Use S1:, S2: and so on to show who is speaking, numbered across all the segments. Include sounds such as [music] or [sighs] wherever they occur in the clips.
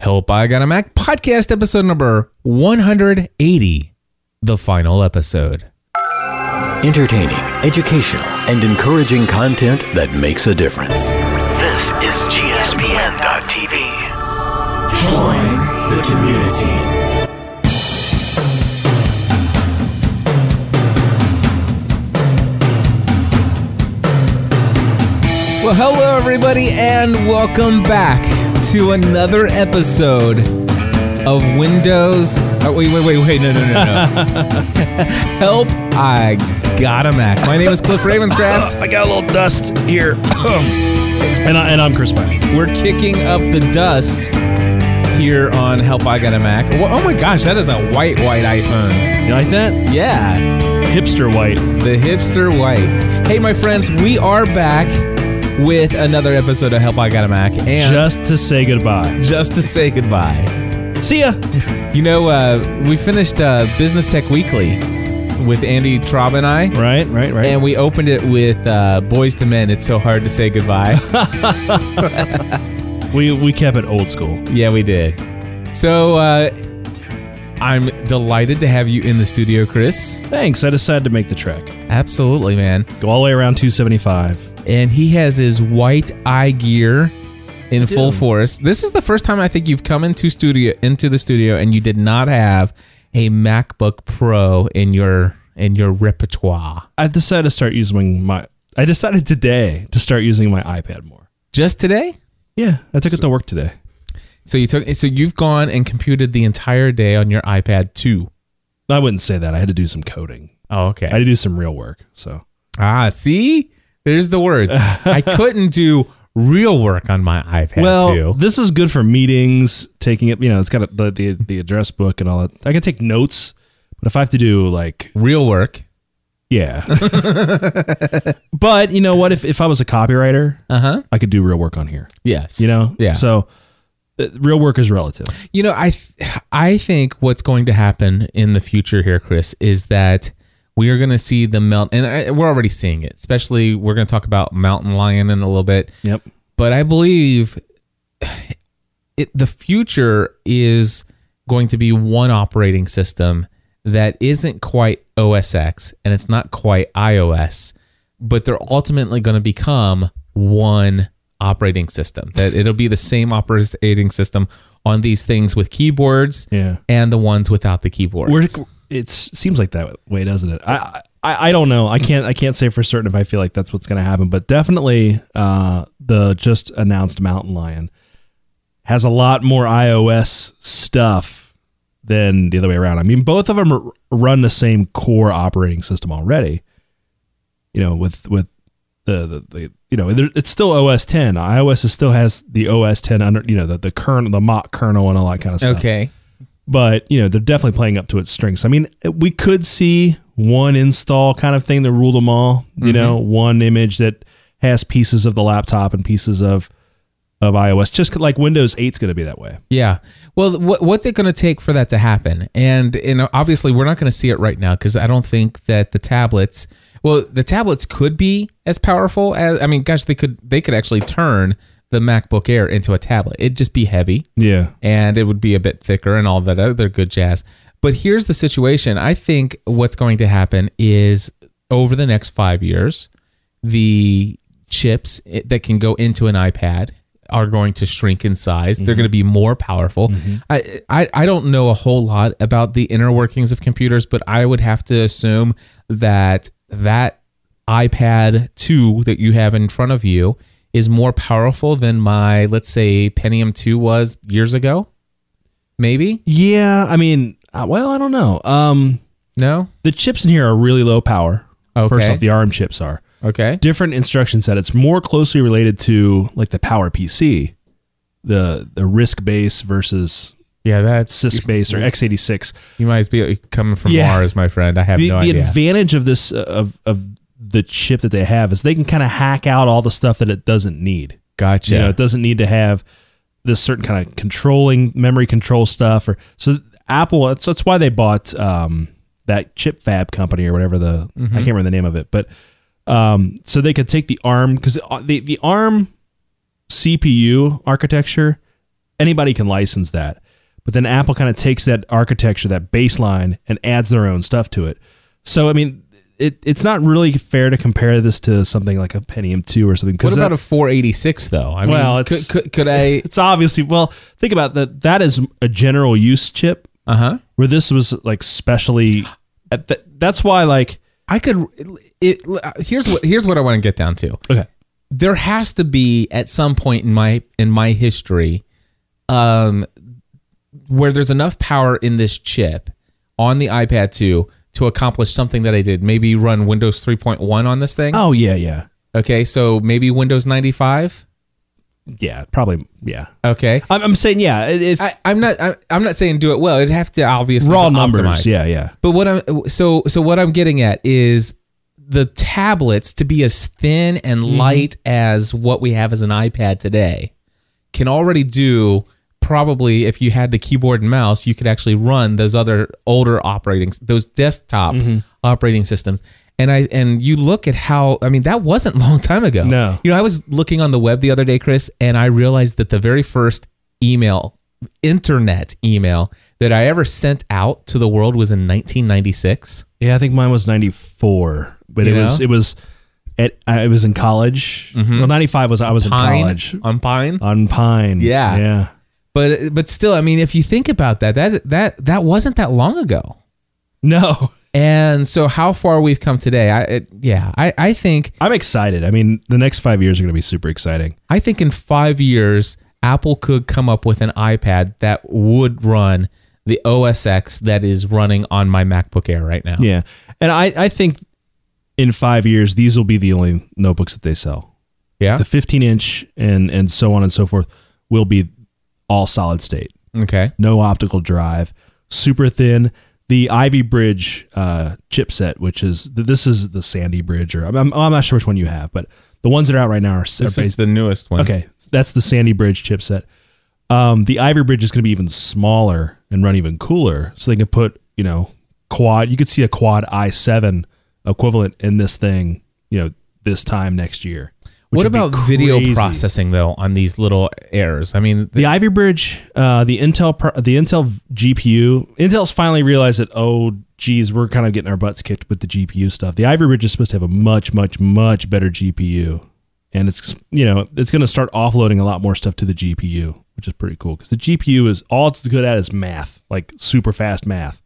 S1: Help I Got a Mac podcast episode number 180, the final episode.
S2: Entertaining, educational, and encouraging content that makes a difference.
S3: This is GSPN.TV.
S2: Join the community.
S1: Well, hello, everybody, and welcome back to another episode of Windows. Oh, wait, wait, wait, wait. No, no, no, no. [laughs] Help, I got a Mac. My name is Cliff Ravenscraft.
S4: I got a little dust here. [coughs] and, I, and I'm Chris Pratt.
S1: We're kicking up the dust here on Help, I Got a Mac. Wha- Oh my gosh, that is a white, white iPhone.
S4: You like that?
S1: Yeah.
S4: Hipster white.
S1: The hipster white. Hey, my friends, we are back with another episode of Help I Got a Mac, and just,
S4: Just to say goodbye.
S1: to say goodbye.
S4: See ya.
S1: You know, uh, we finished uh, Business Tech Weekly with Andy Traub and I,
S4: Right, right, right.
S1: and we opened it with uh, Boys to Men. It's so hard to say [laughs] goodbye.
S4: we we kept it old school.
S1: yeah, we did. So uh, I'm delighted to have you in the studio, Chris.
S4: Thanks. I decided to make the trek.
S1: Absolutely, man.
S4: Go all the way around 275.
S1: and he has his white eye gear in full
S4: do.
S1: force. This is the first time I think you've come into studio into the studio and you did not have a MacBook Pro in your in your repertoire.
S4: I decided to start using my. I decided today to start using my iPad more.
S1: Just today?
S4: Yeah, I took it to work today.
S1: So you took so you've gone and computed the entire day on your iPad 2.
S4: I wouldn't say that. I had to do some coding.
S1: Oh, okay.
S4: I had to do some real work. So
S1: ah, see? There's the
S4: [laughs]
S1: words. I couldn't do real work on my iPad
S4: well,
S1: 2.
S4: this is good for meetings. Taking it, you know, it's got a, the, the the address book and all that. I can take notes, but if I have to do like
S1: Real work. [laughs]
S4: Yeah. but you know what? If, if I was a copywriter,
S1: Uh-huh.
S4: I could do real work on here.
S1: Yes.
S4: You know?
S1: Yeah.
S4: So uh, real work is relative.
S1: You know, I th- I think what's going to happen in the future here, Chris, is that we are going to see the melt, and I, we're already seeing it. Especially, we're going to talk about mountain lion in a little bit,
S4: Yep.
S1: but I believe it, the future is going to be one operating system that isn't quite OS X and it's not quite iOS, but they're ultimately going to become one operating
S4: [laughs]
S1: system. That it'll be the same operating system on these things with keyboards
S4: Yeah.
S1: and the ones without the keyboards.
S4: We're, it seems like that way, doesn't it? I, I I don't know. I can't I can't say for certain if I feel like that's what's going to happen, but definitely uh, the just announced Mountain Lion has a lot more iOS stuff than the other way around. I mean, both of them r- run the same core operating system already. You know, with with the the, the you know, there- it's still OS 10. iOS is still has the OS 10 under you know the the kernel, the mock kernel, and all that kind of stuff
S1: okay.
S4: but you know they're definitely playing up to its strengths. I mean, we could see one install kind of thing that ruled them all. You know, one image that has pieces of the laptop and pieces of of iOS, just like Windows 8's going to be that way.
S1: Yeah. Well, what, what's it going to take for that to happen? And and obviously we're not going to see it right now because I don't think that the tablets. Well, the tablets could be as powerful as I mean, gosh, they could they could actually turn the MacBook Air into a tablet. It'd just be heavy
S4: Yeah,
S1: and it would be a bit thicker and all that other good jazz. But here's the situation. I think what's going to happen is over the next five years, the chips i- that can go into an iPad are going to shrink in size. They're going to be more powerful. I, I I don't know a whole lot about the inner workings of computers, but I would have to assume that that iPad 2 that you have in front of you is more powerful than my, let's say, Pentium 2 was years ago. Maybe?
S4: yeah. I mean, uh, well, I don't know. Um,
S1: No?
S4: the chips in here are really low power. First
S1: Okay.
S4: off, the ARM chips are
S1: Okay.
S4: different instruction set. It's more closely related to like the Power PC, the the RISC base versus
S1: Yeah, that's.
S4: CISC base or x86.
S1: You might as be coming from
S4: Yeah.
S1: Mars, my friend. I have
S4: the,
S1: no
S4: the
S1: idea.
S4: advantage of this uh, of of the chip that they have is they can kind of hack out all the stuff that it doesn't need.
S1: Gotcha.
S4: You know, it doesn't need to have this certain kind of controlling memory control stuff. Or so Apple. That's that's why they bought um, that chip fab company or whatever the I
S1: Mm-hmm.
S4: can't remember the name of it, but um, so they uh, could take the ARM because the the ARM CPU architecture anybody can license that. But then Apple kind of takes that architecture, that baseline, and adds their own stuff to it. So I mean, it, it's not really fair to compare this to something like a Pentium two or something. 'cause
S1: What
S4: that-
S1: about a 486 though? I
S4: Well,
S1: mean,
S4: it's-
S1: could, could, could [laughs] I?
S4: it's obviously well think about that that is a general use chip
S1: Uh huh.
S4: where this was like specially at th- that's why like
S1: I could. It, uh, here's what here's what I want to get down to.
S4: okay
S1: There has to be at some point in my in my history, um, where there's enough power in this chip on the iPad 2 to accomplish something that I did. Maybe run Windows 3.1 on this thing.
S4: oh yeah yeah
S1: Okay, so maybe Windows 95.
S4: yeah probably yeah
S1: Okay.
S4: i'm, I'm saying yeah if
S1: I, I'm not. I, I'm not saying do it well. It'd have to obviously
S4: raw
S1: be
S4: numbers
S1: optimized.
S4: yeah yeah
S1: But what I'm so so what I'm getting at is the tablets to be as thin and
S4: Mm-hmm.
S1: light as what we have as an iPad today can already do probably if you had the keyboard and mouse you could actually run those other older operating those desktop
S4: Mm-hmm.
S1: operating systems and i and you look at how i mean that wasn't [laughs] a long time ago
S4: No.
S1: you know i was looking on the web the other day chris and i realized that the very first email internet email that i ever sent out to the world was in 1996
S4: yeah i think mine was 94 but
S1: You
S4: it was
S1: know? Mm-hmm.
S4: it was at I it was in college well 95 was i was in
S1: pine
S4: college
S1: on pine
S4: on pine
S1: Yeah.
S4: yeah
S1: but but still i mean if you think about that that that that wasn't that long ago
S4: no [laughs]
S1: And so, how far we've come today, I it, yeah, I, I think
S4: i'm excited i mean the next five years are going to be super exciting
S1: I think in five years, Apple could come up with an iPad that would run the OS X that is running on my MacBook Air right now.
S4: Yeah. And I, I think in five years, these will be the only notebooks that they sell.
S1: Yeah?
S4: The 15 inch and, and so on and so forth will be all solid state,
S1: Okay.
S4: no optical drive, super thin. The Ivy Bridge uh, chipset, which is th- this is the Sandy Bridge, or I'm, I'm, I'm not sure which one you have, but the ones that are out right now are, s- are
S1: This is
S4: based.
S1: the newest one.
S4: okay, that's the Sandy Bridge chipset. Um, the Ivy Bridge is going to be even smaller and run even cooler, so they can put you know quad. You could see a quad i7 equivalent in this thing, you know, this time next year.
S1: What
S4: which would be
S1: about video
S4: crazy.
S1: processing though on these little Airs? I mean, th-
S4: The Ivy Bridge, uh, the Intel, pro- the Intel GPU. Intel's finally realized that oh, geez, we're kind of getting our butts kicked with the GPU stuff. The Ivy Bridge is supposed to have a much, much, much better GPU, and it's you know it's going to start offloading a lot more stuff to the GPU, which is pretty cool because the GPU is all it's good at is math, like super fast math.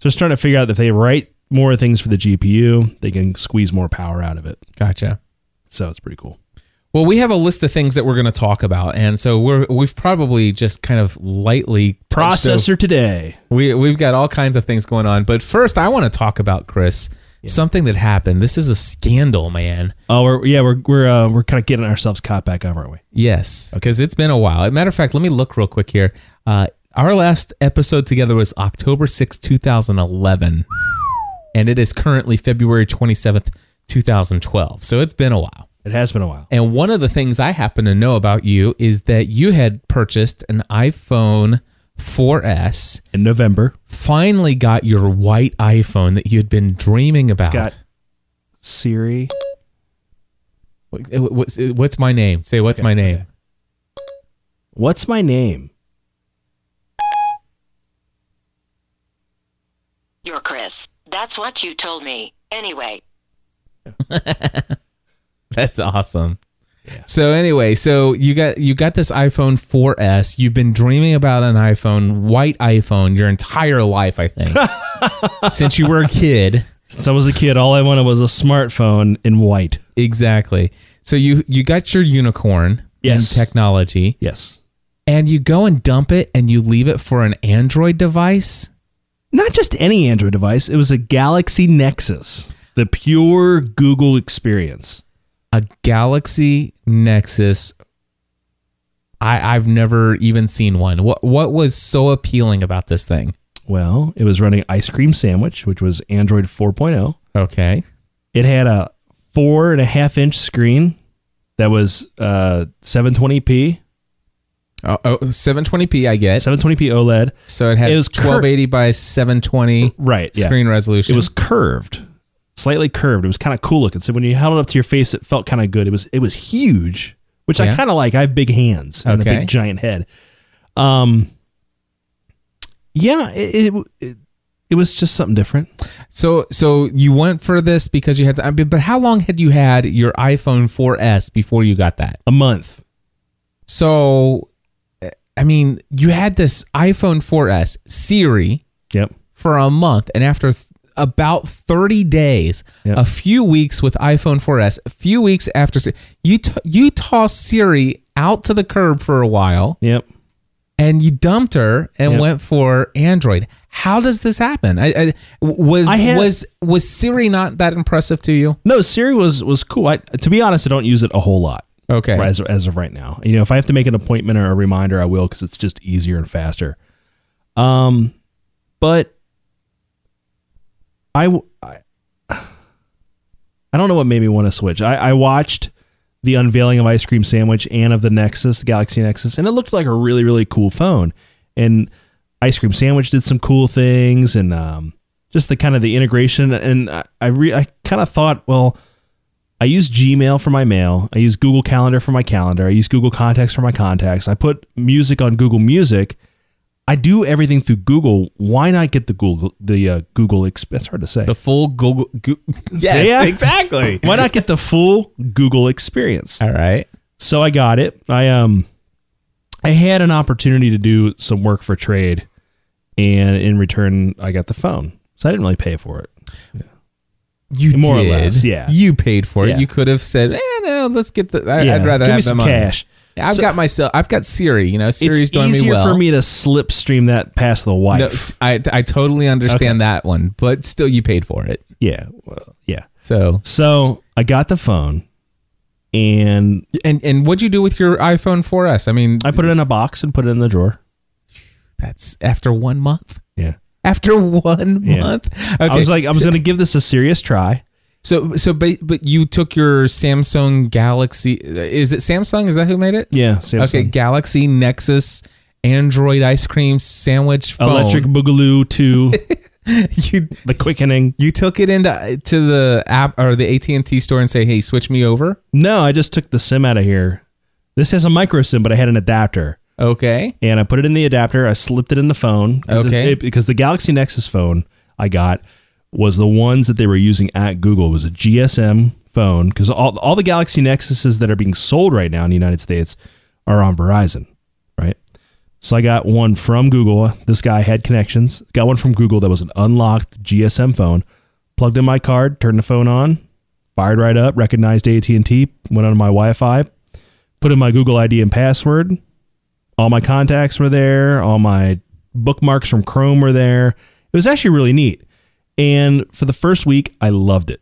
S4: So it's starting to figure out that if they write more things for the GPU, they can squeeze more power out of it.
S1: gotcha.
S4: So it's pretty cool.
S1: Well, we have a list of things that we're going to talk about, and so we're we've probably just kind of lightly touched over-
S4: Processor today.
S1: We we've got all kinds of things going on, but first I want to talk about Chris. Something that happened. This is a scandal, man.
S4: Oh, we're yeah, we're we're uh, we're kind of getting ourselves caught back up, aren't we?
S1: Yes, because it's been a while. As a matter of fact, let me look real quick here. Uh, our last episode together was October sixth, two 2011, and it is currently February 27th, 2012. So it's been a while.
S4: It has been a while.
S1: And one of the things I happen to know about you is that you had purchased an iPhone 4S,
S4: In November,
S1: finally got your white iPhone that you had been dreaming about.
S4: got- Siri.
S1: What- What's, what's my name? Say, what's my name?
S4: What's my name?
S5: You're Chris. That's what you told me. Anyway,
S1: That's awesome. So anyway, so you got you got this iPhone 4S. You've been dreaming about an iPhone, white iPhone, your entire life, I
S4: [laughs]
S1: think, since you were a kid.
S4: Since I was a kid, all I wanted was a smartphone in white.
S1: Exactly. So you you got your unicorn
S4: Yes.
S1: in technology,
S4: Yes.
S1: and you go and dump it, and you leave it for an Android device.
S4: Not just any Android device. It was a Galaxy Nexus, the pure Google experience.
S1: a Galaxy Nexus. I I've never even seen one. What what was so appealing about this thing?
S4: Well, it was running Ice Cream Sandwich, which was Android 4.0.
S1: Okay.
S4: It had a four and a half inch screen that was uh, 720p,
S1: Oh, oh 720p I get.
S4: 720p OLED.
S1: So it had
S4: It was cur-
S1: 1280 by 720
S4: Right. yeah.
S1: screen resolution.
S4: It was curved, slightly curved. It was kind of cool looking. So when you held it up to your face, it felt kind of good. It was it was huge, which
S1: Yeah.
S4: I kind of like. I have big hands and
S1: Okay.
S4: a big giant head, Um, yeah, it, it it it was just something different.
S1: So so you went for this because you had to, I mean, but how long had you had your iPhone 4S before you got that?
S4: A month.
S1: So eh, I mean, you had this iPhone 4S Siri
S4: Yep.
S1: for a month and after th- about 30 days,
S4: Yeah.
S1: a few weeks with iPhone 4S, a few weeks after Si- you t- you tossed Siri out to the curb for a while
S4: Yep.
S1: and you dumped her and
S4: Yep.
S1: went for Android. How does this happen? I, I was
S4: I had-
S1: was was Siri not that impressive to you?
S4: No, Siri was was cool. I, to be honest, I don't use it a whole lot.
S1: Okay.
S4: As, as of right now, you know, if I have to make an appointment or a reminder, I will because it's just easier and faster. Um, but I w- I, I don't know what made me want to switch. I, I watched the unveiling of Ice Cream Sandwich and of the Nexus, the Galaxy Nexus, and it looked like a really really cool phone. And Ice Cream Sandwich did some cool things, and um, just the kind of the integration. And I I, re- I kind of thought, well. I use Gmail for my mail. I use Google Calendar for my calendar. I use Google Contacts for my contacts. I put music on Google Music. I do everything through Google. Why not get the Google the uh, Google? Exp- that's hard to say.
S1: The full Google. Go-
S4: Yes, exactly. [laughs] Why not get the full Google experience?
S1: All right.
S4: So I got it. I um I had an opportunity to do some work for trade and in return I got the phone. So I didn't really pay for it.
S1: You
S4: More or
S1: did.
S4: less, yeah.
S1: You paid for it.
S4: Yeah.
S1: You could have said, eh, no, let's get the. I,
S4: Yeah,
S1: I'd rather
S4: give
S1: have
S4: me some
S1: them on.
S4: cash.
S1: I've
S4: So-
S1: got myself. I've got Siri. You know, Siri's
S4: it's
S1: doing
S4: easier
S1: me well.
S4: for me to slipstream that past the wife.
S1: No, s- I I totally understand that one, but still, you paid for it.
S4: yeah, well, yeah.
S1: So
S4: So I got the phone, and
S1: and and what'd you do with your iPhone 4S? I mean,
S4: I put it in a box and put it in the drawer.
S1: that's after one month. [laughs]
S4: Yeah,
S1: After one
S4: Yeah.
S1: month, okay.
S4: I was like, I was
S1: so,
S4: going to give this a serious try.
S1: so so, but but you took your Samsung Galaxy. Is it Samsung? Is that who made it?
S4: Yeah, Samsung.
S1: Okay, Galaxy Nexus Android ice cream sandwich phone.
S4: Electric Boogaloo two,
S1: [laughs] you
S4: the quickening.
S1: you took it into to the app or the AT and T store and say, "Hey, switch me over."
S4: No, I just took the sim out of here. This has a micro sim, but I had an adapter,
S1: Okay.
S4: and I put it in the adapter. I slipped it in the phone. 'cause it-
S1: Okay.
S4: it- because the Galaxy Nexus phone I got was the ones that they were using at Google. It was a GSM phone because all all the Galaxy Nexuses that are being sold right now in the United States are on Verizon, right? So I got one from Google. This guy had connections. Got one from Google that was an unlocked GSM phone. Plugged in my card, turned the phone on, fired right up, recognized AT and T, went on my Wi-Fi, put in my Google ID and password. All my contacts were there. All my bookmarks from Chrome were there. It was actually really neat. And for the first week, I loved it.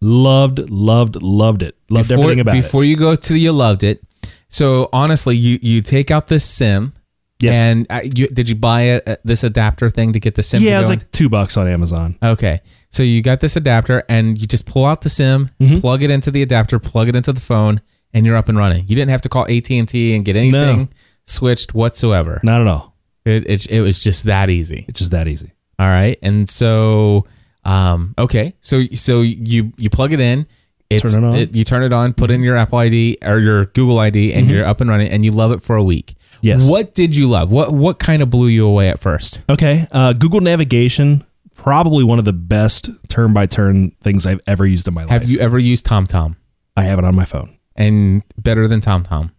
S4: Loved, loved, loved it. Loved
S1: before,
S4: everything about
S1: before you go to you loved it. So honestly, you you take out this sim.
S4: Yes.
S1: And uh, you, did you buy a, a- this adapter thing to get the
S4: it.
S1: sim? to
S4: Yeah, it
S1: go
S4: was
S1: in?
S4: like two bucks on Amazon.
S1: Okay. So you got this adapter and you just pull out the SIM,
S4: Mm-hmm.
S1: plug it into the adapter, plug it into the phone, and you're up and running. You didn't have to call AT&T and get anything switched whatsoever.
S4: Not at all.
S1: It, it, it was just that easy.
S4: It's just that easy.
S1: All right. And so um okay. So so you you plug it in, it's,
S4: Turn it on. Mm-hmm.
S1: you turn it on, put in your Apple ID or your Google ID and you're up and running and you love it for a week.
S4: Yes.
S1: What did you love? What what kind of blew you away at first?
S4: Okay. Uh, Google navigation, probably one of the best turn by turn things I've ever used in my life.
S1: Have you ever used TomTom?
S4: I have it on my phone.
S1: And better than TomTom?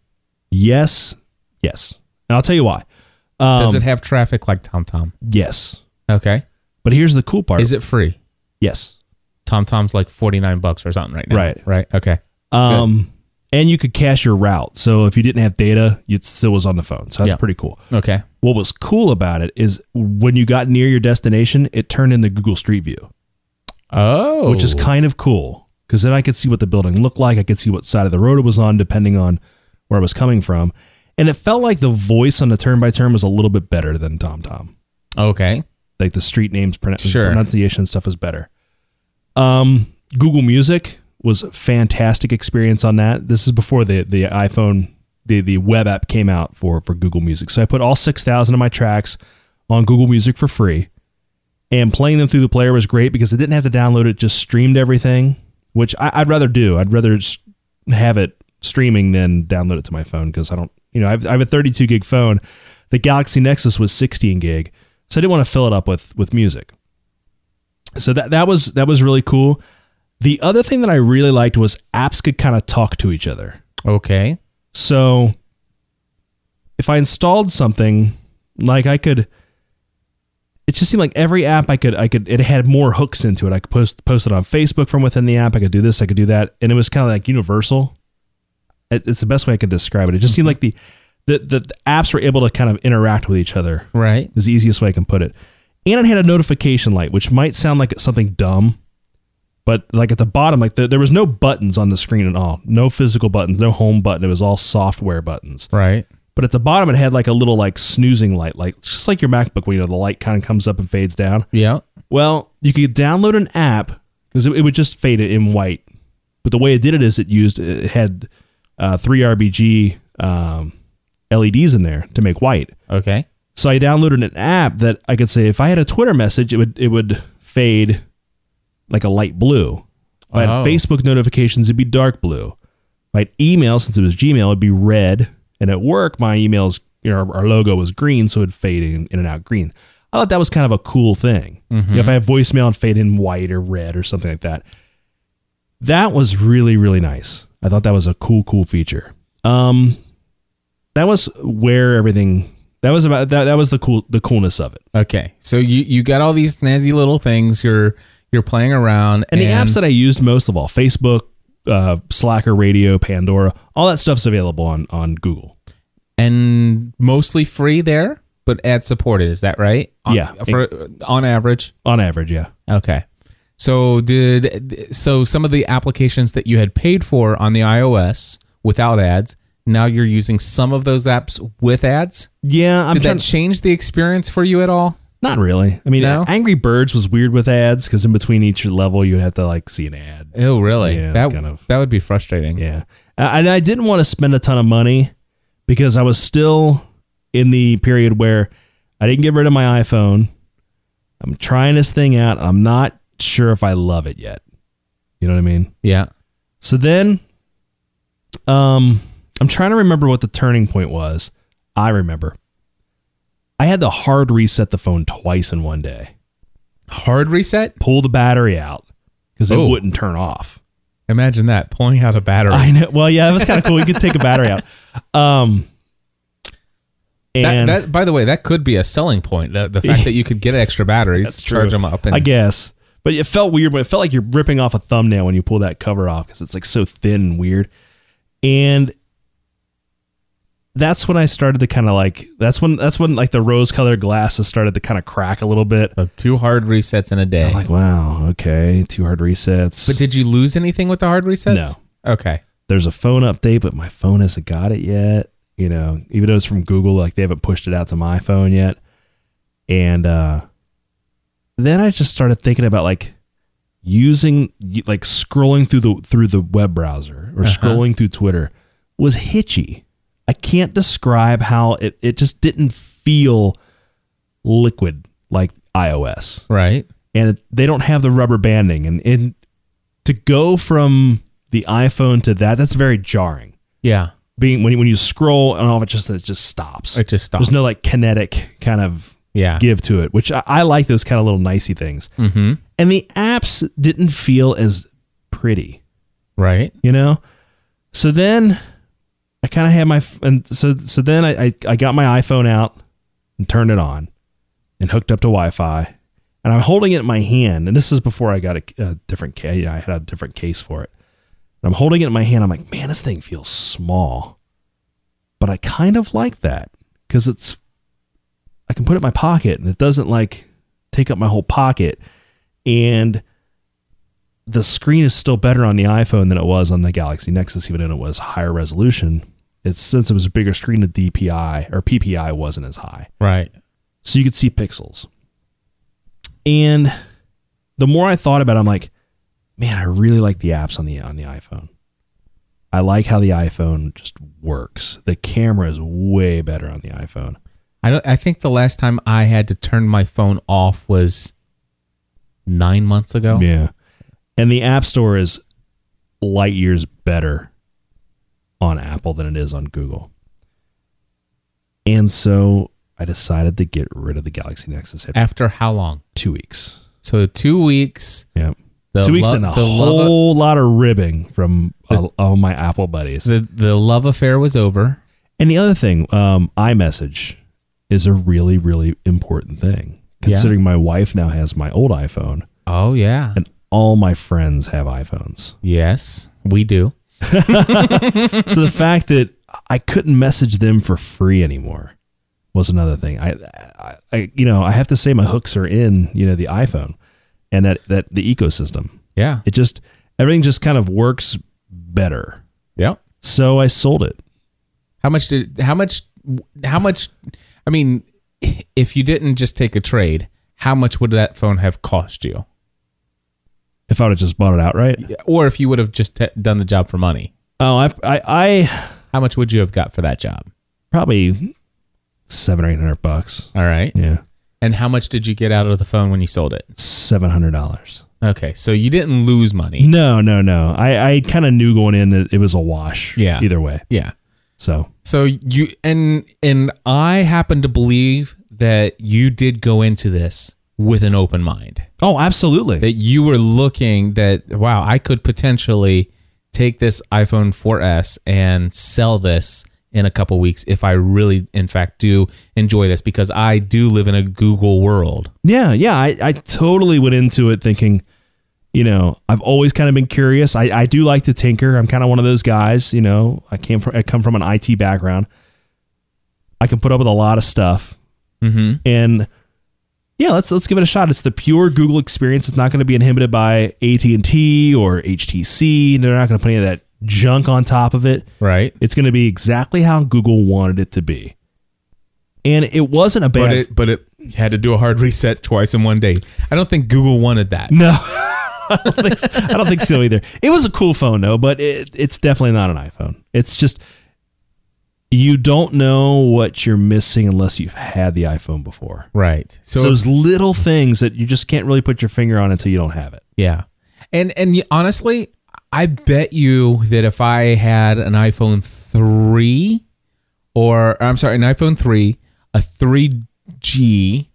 S4: Yes. Yes. And I'll tell you why. Um,
S1: Does it have traffic like TomTom?
S4: yes.
S1: Okay.
S4: But here's the cool part.
S1: Is it free?
S4: Yes.
S1: TomTom's like 49 bucks or something right now.
S4: Right.
S1: Right. Okay.
S4: Um, and you could cache your route. So if you didn't have data, it still was on the phone. So that's
S1: Yeah.
S4: pretty cool.
S1: Okay.
S4: What was cool about it is when you got near your destination, it turned in the Google Street View,
S1: Oh.
S4: which is kind of cool because then I could see what the building looked like. I could see what side of the road it was on, depending on where I was coming from. And it felt like the voice on the turn by turn was a little bit better than TomTom.
S1: Okay.
S4: like the street names pronoun-
S1: Sure.
S4: pronunciation stuff is better. Um, Google Music was a fantastic experience on that. This is before the the iPhone the the web app came out for for Google Music. So I put all six thousand of my tracks on Google Music for free, and playing them through the player was great because I didn't have to download it; just streamed everything, which I, I'd rather do. I'd rather s- have it streaming than download it to my phone because I don't, you know, I've, I have a 32 gig phone. The Galaxy Nexus was 16 gig, so I didn't want to fill it up with with music. So that that was that was really cool. The other thing that I really liked was apps could kind of talk to each other.
S1: Okay.
S4: So if I installed something, like I could it just seemed like every app I could I could it had more hooks into it. I could post post it on Facebook from within the app. I could do this, I could do that. And it was kind of like universal. It- it's the best way I could describe it. It just seemed like the the, the, the apps were able to kind of interact with each other
S1: Right.
S4: is the easiest way I can put it. And it had a notification light, which might sound like something dumb, but like at the bottom, like the, there was no buttons on the screen at all. No physical buttons, no home button. It was all software buttons.
S1: Right.
S4: But at the bottom, it had like a little like snoozing light, like just like your MacBook, when you know the light kind of comes up and fades down.
S1: Yeah.
S4: Well, you could download an app because it, it would just fade it in white. But the way it did it is it used it had uh, three RGB um, LEDs in there to make white.
S1: Okay.
S4: So I downloaded an app that I could say if I had a Twitter message, it would it would fade like a light blue. If I had
S1: Oh.
S4: Facebook notifications, it'd be dark blue. If I had email, since it was Gmail, it'd be red. And at work, my emails, you know, our, our logo was green, so it'd fade in, in and out green. I thought that was kind of a cool thing. You know, if I have voicemail, it'd fade in white or red or something like that. That was really really nice. I thought that was a cool cool feature. Um, that was where everything that was about that, that was the cool the coolness of it
S1: Okay. So you you got all these snazzy little things. You're you're playing around.
S4: and, the apps that i used most of all facebook uh, slacker radio pandora all that stuff's available on on google
S1: and mostly free there, but ad supported. Is that right? On,
S4: Yeah.
S1: For on average.
S4: on average yeah
S1: Okay. So did so some of the applications that you had paid for on the iOS without ads. Now you're using some of those apps with ads.
S4: yeah i'm
S1: Did
S4: trying,
S1: that change the experience for you at all?
S4: not really i mean
S1: No?
S4: angry birds was weird with ads because in between each level you'd have to like see an ad
S1: Oh, really?
S4: Yeah, it's
S1: that
S4: kind of-
S1: that would be frustrating.
S4: yeah Uh, and i didn't want to spend a ton of money because i was still in the period where i didn't get rid of my iphone i'm trying this thing out and i'm not sure if i love it yet you know what i mean
S1: Yeah.
S4: So then, um, I'm trying to remember what the turning point was. I remember. I had to hard reset the phone twice in one day.
S1: Hard reset.
S4: Pull the battery out because it
S1: Oh.
S4: wouldn't turn off.
S1: Imagine that pulling out a battery.
S4: I know. Well, yeah, it was kind of cool. You could take a battery out. Um,
S1: that,
S4: and
S1: that, by the way, that could be a selling point. The, the fact that you
S4: [laughs]
S1: could get extra batteries,
S4: that's true.
S1: charge them up, and
S4: I guess. But it felt weird. But it felt like you're ripping off a thumbnail when you pull that cover off because it's like so thin and weird. And that's when I started to kind of like that's when that's when like the rose colored glasses started to kind of crack a little bit.
S1: Uh, two hard resets in a day.
S4: I'm like, wow, okay, two hard resets.
S1: but did you lose anything with the hard resets? No. Okay.
S4: there's a phone update, but my phone hasn't got it yet. You know, even though it's from Google, like they haven't pushed it out to my phone yet. And uh, then I just started thinking about like using y- like scrolling through the through the web browser or scrolling through Twitter was hitchy. I can't describe how it, it just didn't feel liquid like iOS
S1: Right.
S4: and it- they don't have the rubber banding and in to go from the iPhone to that that's very jarring
S1: Yeah.
S4: being when you, when you scroll and all of it just it just stops
S1: It just
S4: there's no
S1: stops.
S4: like kinetic kind of
S1: Yeah.
S4: give to it which I, I like those kind of little nicey things
S1: Mm-hmm.
S4: and the apps didn't feel as pretty
S1: Right.
S4: you know so then i kind of had my f- and so so then I, I i got my iphone out and turned it on and hooked up to wi-fi and i'm holding it in my hand and this is before i got a, a different case i had a different case for it and i'm holding it in my hand i'm like man this thing feels small but i kind of like that because it's i can put it in my pocket and it doesn't like take up my whole pocket and the screen is still better on the iPhone than it was on the Galaxy Nexus, even though it was higher resolution. It's since it was a bigger screen, the DPI or PPI wasn't as high,
S1: Right.
S4: so you could see pixels. And the more I thought about, it, I'm like, man, I really like the apps on the on the iPhone. I like how the iPhone just works. The camera is way better on the iPhone.
S1: I don't. I think the last time I had to turn my phone off was nine months ago.
S4: Yeah. And the App Store is light years better on Apple than it is on Google. And so I decided to get rid of the Galaxy Nexus after
S1: After how long?
S4: two weeks.
S1: So two weeks.
S4: Yeah.
S1: The
S4: two weeks
S1: lo-
S4: and a
S1: the love-
S4: whole lot of ribbing from uh, all my Apple buddies.
S1: the the love affair was over.
S4: And the other thing, um, iMessage is a really, really important thing. Considering my wife now has my old iPhone
S1: Oh yeah.
S4: and all my friends have iPhones.
S1: Yes, we do.
S4: so the fact that I couldn't message them for free anymore was another thing. I, I, I you know, I have to say my hooks are in, you know, the iPhone and that, that the ecosystem.
S1: Yeah.
S4: It just everything just kind of works better.
S1: Yep.
S4: So I sold it.
S1: How much did how much how much I mean if you didn't just take a trade, how much would that phone have cost you?
S4: If I would have just bought it outright.
S1: Or if you would have just t- done the job for money,
S4: Oh, I, I, I
S1: how much would you have got for that job?
S4: probably seven or eight hundred bucks.
S1: All right.
S4: Yeah,
S1: And how much did you get out of the phone when you sold it?
S4: seven hundred dollars.
S1: Okay. So you didn't lose money.
S4: No, no, no. I, I kind of knew going in that it was a wash.
S1: Yeah.
S4: Either way.
S1: Yeah.
S4: So
S1: So you and and I happen to believe that you did go into this with an open mind.
S4: oh, absolutely.
S1: that you were looking that wow i could potentially take this iphone 4s and sell this in a couple weeks if i really in fact do enjoy this because i do live in a google world
S4: Yeah, yeah. I, I totally went into it thinking, you know, I've always kind of been curious. I, I do like to tinker. I'm kind of one of those guys, you know. I came from I come from an IT background. I can put up with a lot of stuff. Mm-hmm. And yeah, let's let's give it a shot. It's the pure Google experience. It's not going to be inhibited by AT and T or HTC. They're not going to put any of that junk on top of it.
S1: right
S4: It's going to be exactly how Google wanted it to be. And it wasn't a bad.
S1: but it but it had to do a hard reset twice in one day i don't think google wanted that
S4: No, [laughs] I, don't think so. I don't think so either. It was a cool phone though, but it, it's definitely not an iPhone. It's just you don't know what you're missing unless you've had the iPhone before.
S1: right
S4: So,
S1: so
S4: those little things that you just can't really put your finger on until you don't have it.
S1: Yeah. And and y- honestly, I bet you that if I had an iPhone 3 or I'm sorry, an iPhone 3, a 3G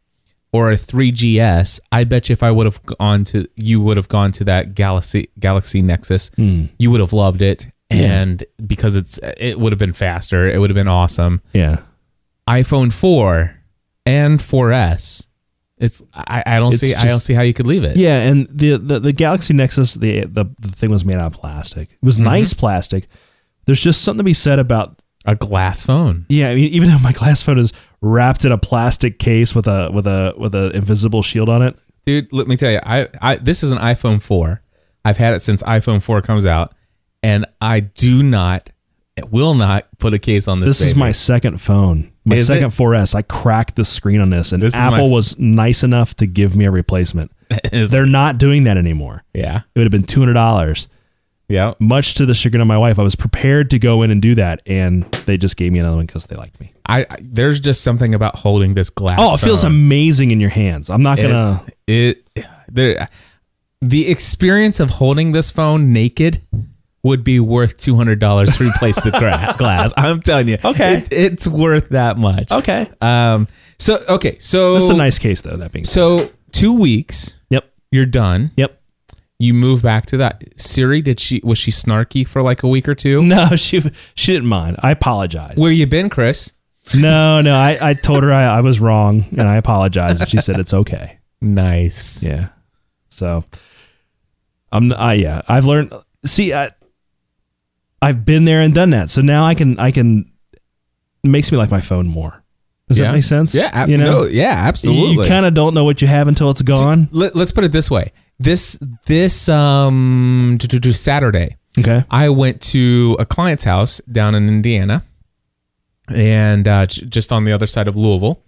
S1: or a 3GS, I bet you if I would have gone to you would have gone to that Galaxy Galaxy Nexus,
S4: Hmm.
S1: you would have loved it and because it's it would have been faster, it would have been awesome
S4: Yeah,
S1: iPhone 4 and 4S. It's I, I don't
S4: It's
S1: see I don't
S4: just-
S1: see how you could leave it.
S4: yeah. And the the, the Galaxy Nexus, the, the the thing was made out of plastic. It was nice plastic. There's just something to be said about
S1: A glass phone.
S4: Yeah, I mean, even though my glass phone is wrapped in a plastic case with a with a with an invisible shield on it,
S1: dude let me tell you I, I this is an iphone 4 i've had it since iphone 4 comes out and i do not will not put a case on this
S4: This is
S1: baby.
S4: my second phone. My
S1: Is
S4: second
S1: it?
S4: 4S. I cracked the screen on this, and
S1: This is my
S4: Apple
S1: f-
S4: was nice enough to give me a replacement.
S1: [laughs] Is-
S4: They're not doing that anymore.
S1: yeah
S4: It would have been two hundred dollars,
S1: yeah
S4: much to the chagrin of my wife. I was prepared to go in and do that, and they just gave me another one because they liked me.
S1: I, I there's just something about holding this glass
S4: Oh, it feels
S1: phone.
S4: amazing in your hands. I'm not
S1: It's-
S4: gonna.
S1: it there the experience of holding this phone naked would be worth two hundred dollars to replace the
S4: [laughs]
S1: gra- glass. I'm telling you.
S4: Okay.
S1: It- it's worth that much.
S4: Okay,
S1: Um. So okay. So
S4: that's a nice case though. That being said.
S1: So two weeks.
S4: Yep.
S1: You're done.
S4: Yep. [laughs]
S1: you move back to that siri did she was she snarky for like a week or two
S4: No, she she didn't mind. I apologized.
S1: where you been chris
S4: No, no, I, I told her I, I was wrong and I apologized, and she said it's okay.
S1: nice
S4: Yeah. So I'm I yeah, I've learned see I I've been there and done that. So now I can I can it makes me like my phone more. Does that make sense?
S1: yeah ab-
S4: you know.
S1: no, yeah absolutely
S4: you kind of don't know what you have until it's gone.
S1: Let, let's put it this way this this um t- t- t- saturday
S4: Okay.
S1: i went to a client's house down in indiana and uh, j- just on the other side of louisville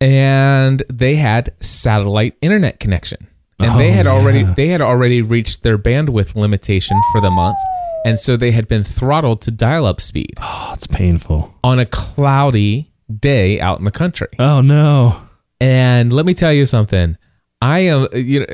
S1: and they had satellite internet connection and they
S4: Oh,
S1: had already
S4: yeah.
S1: they had already reached their bandwidth limitation for the month and so they had been throttled to dial-up speed
S4: Oh, it's painful.
S1: on a cloudy day out in the country
S4: Oh no.
S1: and let me tell you something i am you know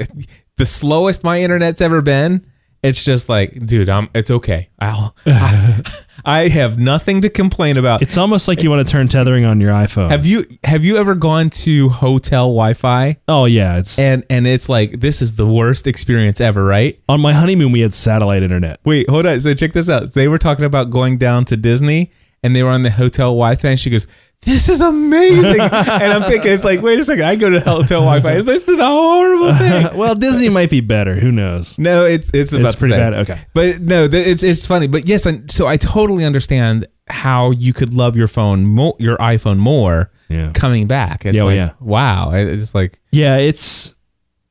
S1: the slowest my internet's ever been It's just like, dude, I'm. It's okay. I'll. I, I have nothing to complain about.
S4: It's almost like you want to turn tethering on your iPhone.
S1: have you have you ever gone to hotel Wi-Fi
S4: oh yeah, it's
S1: and and it's like this is the worst experience ever, right?
S4: on my honeymoon we had satellite internet. [laughs]
S1: Wait, hold on. So check this out. They were talking about going down to Disney and they were on the hotel Wi-Fi and she goes, this is amazing. and I'm thinking, it's like, wait a second, I go to hotel Wi-Fi. Is this the horrible thing?
S4: well, Disney might be better. Who knows?
S1: No, it's it's about the
S4: pretty
S1: same.
S4: bad, okay.
S1: but no, th- it's it's funny. But yes, and so I totally understand how you could love your phone, mo- your iPhone more.
S4: Yeah.
S1: coming back. It's
S4: Yeah, oh,
S1: like,
S4: yeah.
S1: Wow, I- it's like
S4: Yeah, it's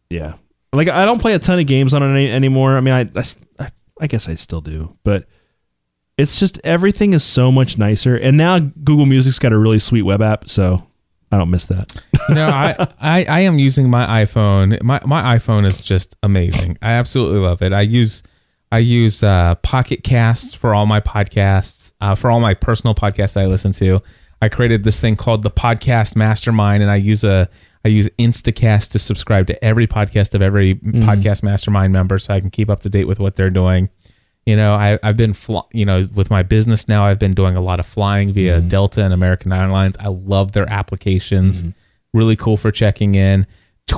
S4: yeah. Like I don't play a ton of games on it any, anymore. I mean, I- I, s- I I guess I still do, but it's just everything is so much nicer. And now Google Music's got a really sweet web app, so I don't miss that.
S1: no, I, I I am using my iPhone. My my iPhone is just amazing. I absolutely love it. I use I use uh, Pocket Casts for all my podcasts, uh, for all my personal podcasts that I listen to. I created this thing called the Podcast Mastermind, and I use a I use Instacast to subscribe to every podcast of every podcast mastermind member, so I can keep up to date with what they're doing. You know, I, I've been, fl- you know, with my business now, I've been doing a lot of flying via
S4: Mm-hmm.
S1: Delta and American Airlines. I love their applications.
S4: Mm-hmm.
S1: Really cool for checking in.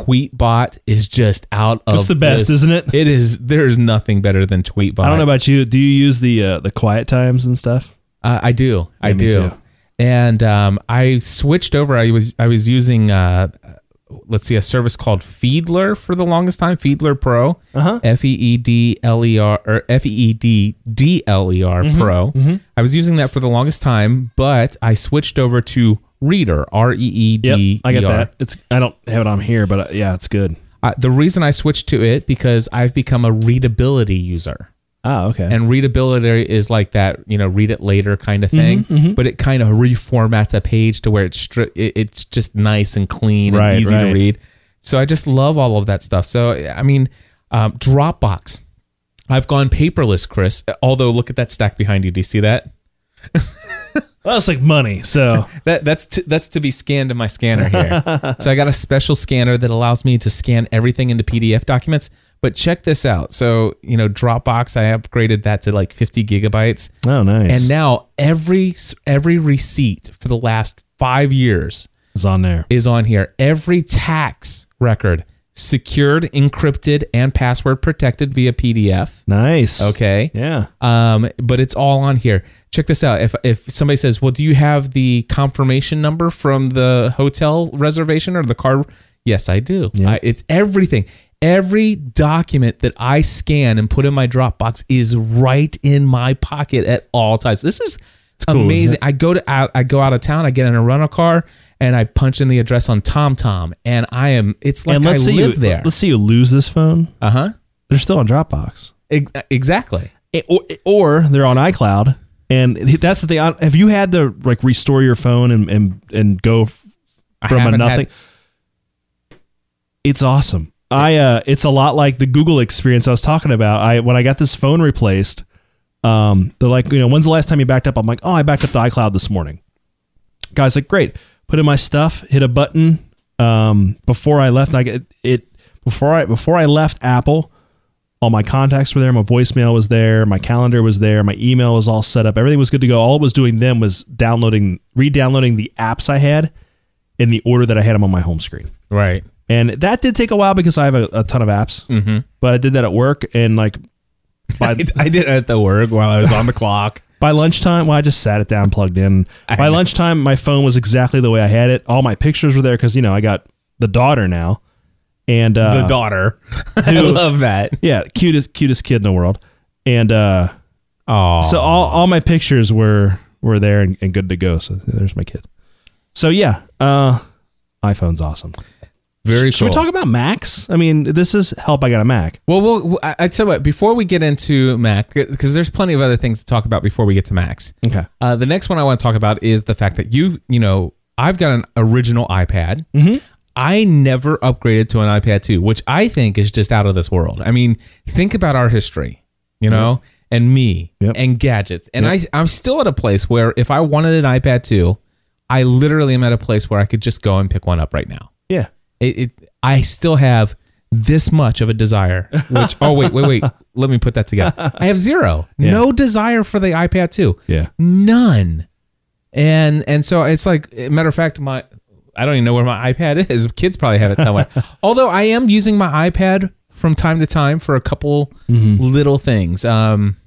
S1: Tweetbot is just out of
S4: It's the best,
S1: this-
S4: isn't it?
S1: It is. There's nothing better than Tweetbot.
S4: I don't know about you. Do you use the uh, the quiet times and stuff?
S1: Uh, I do. I
S4: me
S1: do.
S4: too.
S1: And um, I switched over. I was I was using uh, let's see a service called Feedler for the longest time. Feedler Pro.
S4: Uh-huh.
S1: F e e d l e r or F e e d d l e r
S4: Mm-hmm.
S1: Pro. I was using that for the longest time, but I switched over to Reader. R e e d.
S4: Yep, I
S1: E
S4: got
S1: R.
S4: that. It's I don't have it on here, but uh, yeah, it's good.
S1: Uh, the reason I switched to it because I've become a readability user.
S4: Oh, okay.
S1: and readability is like that you know read it later kind
S4: Mm-hmm,
S1: of thing but it kind of reformats a page to where it's stri- it, it's just nice and clean
S4: Right,
S1: and easy to
S4: right.
S1: read so i just love all of that stuff so i mean um, dropbox i've gone paperless chris although look at that stack behind you do you see that
S4: well, it's like money,
S1: [laughs]
S4: so
S1: that that's to, that's to be scanned in my scanner
S4: [laughs]
S1: here. so I got a special scanner that allows me to scan everything into PDF documents. But check this out. So you know, Dropbox, I upgraded that to like 50 gigabytes.
S4: oh nice.
S1: And now every every receipt for the last five years
S4: it's on there.
S1: is on here. Every tax record secured, encrypted, and password protected via PDF.
S4: Nice.
S1: Okay.
S4: Yeah.
S1: Um, but it's all on here. Check this out. If if somebody says, "Well, do you have the confirmation number from the hotel reservation or the car?" Yes, I do. I, it's everything. Every document that I scan and put in my Dropbox is right in my pocket at all times. This is
S4: cool, isn't
S1: amazing. I go to out, I go out of town. I get in a rental car and I punch in the address on TomTom, and I am. It's like
S4: and
S1: I
S4: let's see
S1: live
S4: you,
S1: there.
S4: Let's see you lose this phone.
S1: Uh huh.
S4: They're still on Dropbox.
S1: Exactly.
S4: It- or, or they're on iCloud. And that's the thing. I- Have you had to like restore your phone and and, and go f-
S1: I
S4: from a
S1: haven't had-
S4: nothing? it's awesome. I uh, it's a lot like the Google experience I was talking about. I when I got this phone replaced, um, they're like, you know, when's the last time you backed up? I'm like, oh, I backed up to iCloud this morning. Guys, like, great. Put in my stuff, hit a button. Um, before I left, I get it before I before I left Apple. All my contacts were there. My voicemail was there. My calendar was there. My email was all set up. Everything was good to go. All it was doing then was downloading, re-downloading the apps I had in the order that I had them on my home screen.
S1: Right.
S4: And that did take a while because I have a, a ton of apps. Mm-hmm. But I did that at work, and like by
S1: [laughs] I did it at the work while I was on the [laughs] clock.
S4: by lunchtime, well, I just sat it down, plugged in. By lunchtime, my phone was exactly the way I had it. All my pictures were there because you know I got the daughter now, and uh,
S1: the daughter. [laughs] I love that.
S4: yeah, cutest cutest kid in the world, and uh,
S1: Oh,
S4: so all, all my pictures were were there and, and good to go. So there's my kid. So yeah, uh, iPhone's awesome.
S1: very
S4: Should we talk about Macs? I mean, this is help. I got a Mac.
S1: Well, well, I- I'd say what before we get into Mac, because there's plenty of other things to talk about before we get to Macs.
S4: Okay.
S1: Uh, the next one I want to talk about is the fact that you, you know, I've got an original iPad.
S4: Mm-hmm.
S1: I never upgraded to an iPad 2, which I think is just out of this world. I mean, think about our history, you know, and me
S4: Yep.
S1: and gadgets. And I, I'm still at a place where if I wanted an iPad 2, I literally am at a place where I could just go and pick one up right now.
S4: Yeah.
S1: It, it I still have this much of a desire. Which
S4: [laughs]
S1: oh wait wait wait, let me put that together. I have zero,
S4: Yeah.
S1: no desire for the iPad two,
S4: Yeah.
S1: none. And and so it's like eh, matter of fact, my I don't even know where my iPad [laughs] is. Kids probably have it somewhere. Although I am using my iPad from time to time for a couple little things. Um,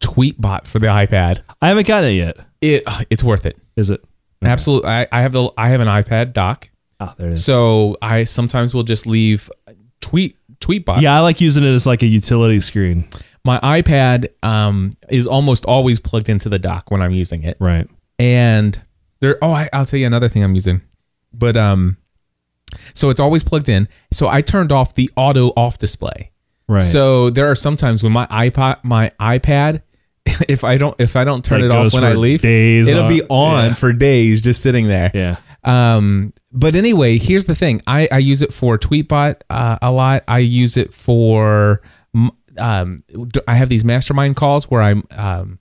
S1: Tweetbot for the iPad.
S4: I haven't got it yet.
S1: It it's worth it.
S4: Is it?
S1: Absolutely. I, I have the I have an iPad dock.
S4: Ah, there it is.
S1: So I sometimes will just leave tweet tweetbot.
S4: yeah, I like using it as like a utility screen.
S1: My iPad um is almost always plugged into the dock when I'm using it.
S4: Right.
S1: And there oh I, I'll tell you another thing I'm using. But um so it's always plugged in. So I turned off the auto off display.
S4: Right.
S1: So there are sometimes when my iPod my iPad [laughs] if I don't if I don't turn
S4: It
S1: it, off
S4: goes
S1: when I
S4: for
S1: leave,
S4: days
S1: it'll
S4: on-
S1: be on
S4: yeah.
S1: for days just sitting there.
S4: yeah.
S1: Um, but anyway, here's the thing. I, I use it for Tweetbot uh, a lot. I use it for mm, um, d- I have these mastermind calls where I um,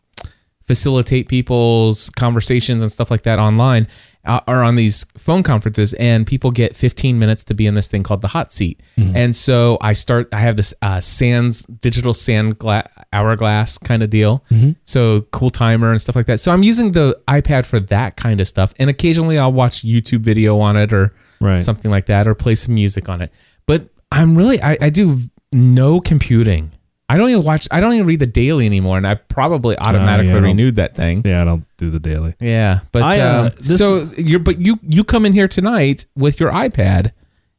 S1: facilitate people's conversations and stuff like that online uh, or on these phone conferences and people get 15 minutes to be in this thing called the hot seat and so i start i have this uh, sands digital sand gla- hourglass kind of deal so cool timer and stuff like that so i'm using the ipad for that kind of stuff and occasionally i'll watch youtube video on it or
S4: Right.
S1: something like that or play some music on it but i'm really i, I do no computing I don't even watch. I don't even read the daily anymore, and I probably automatically
S4: Oh, I don't-
S1: renewed that thing.
S4: Yeah, I don't do the daily.
S1: Yeah, but
S4: I, uh,
S1: um,
S4: this-
S1: so you're but you you come in here tonight with your iPad,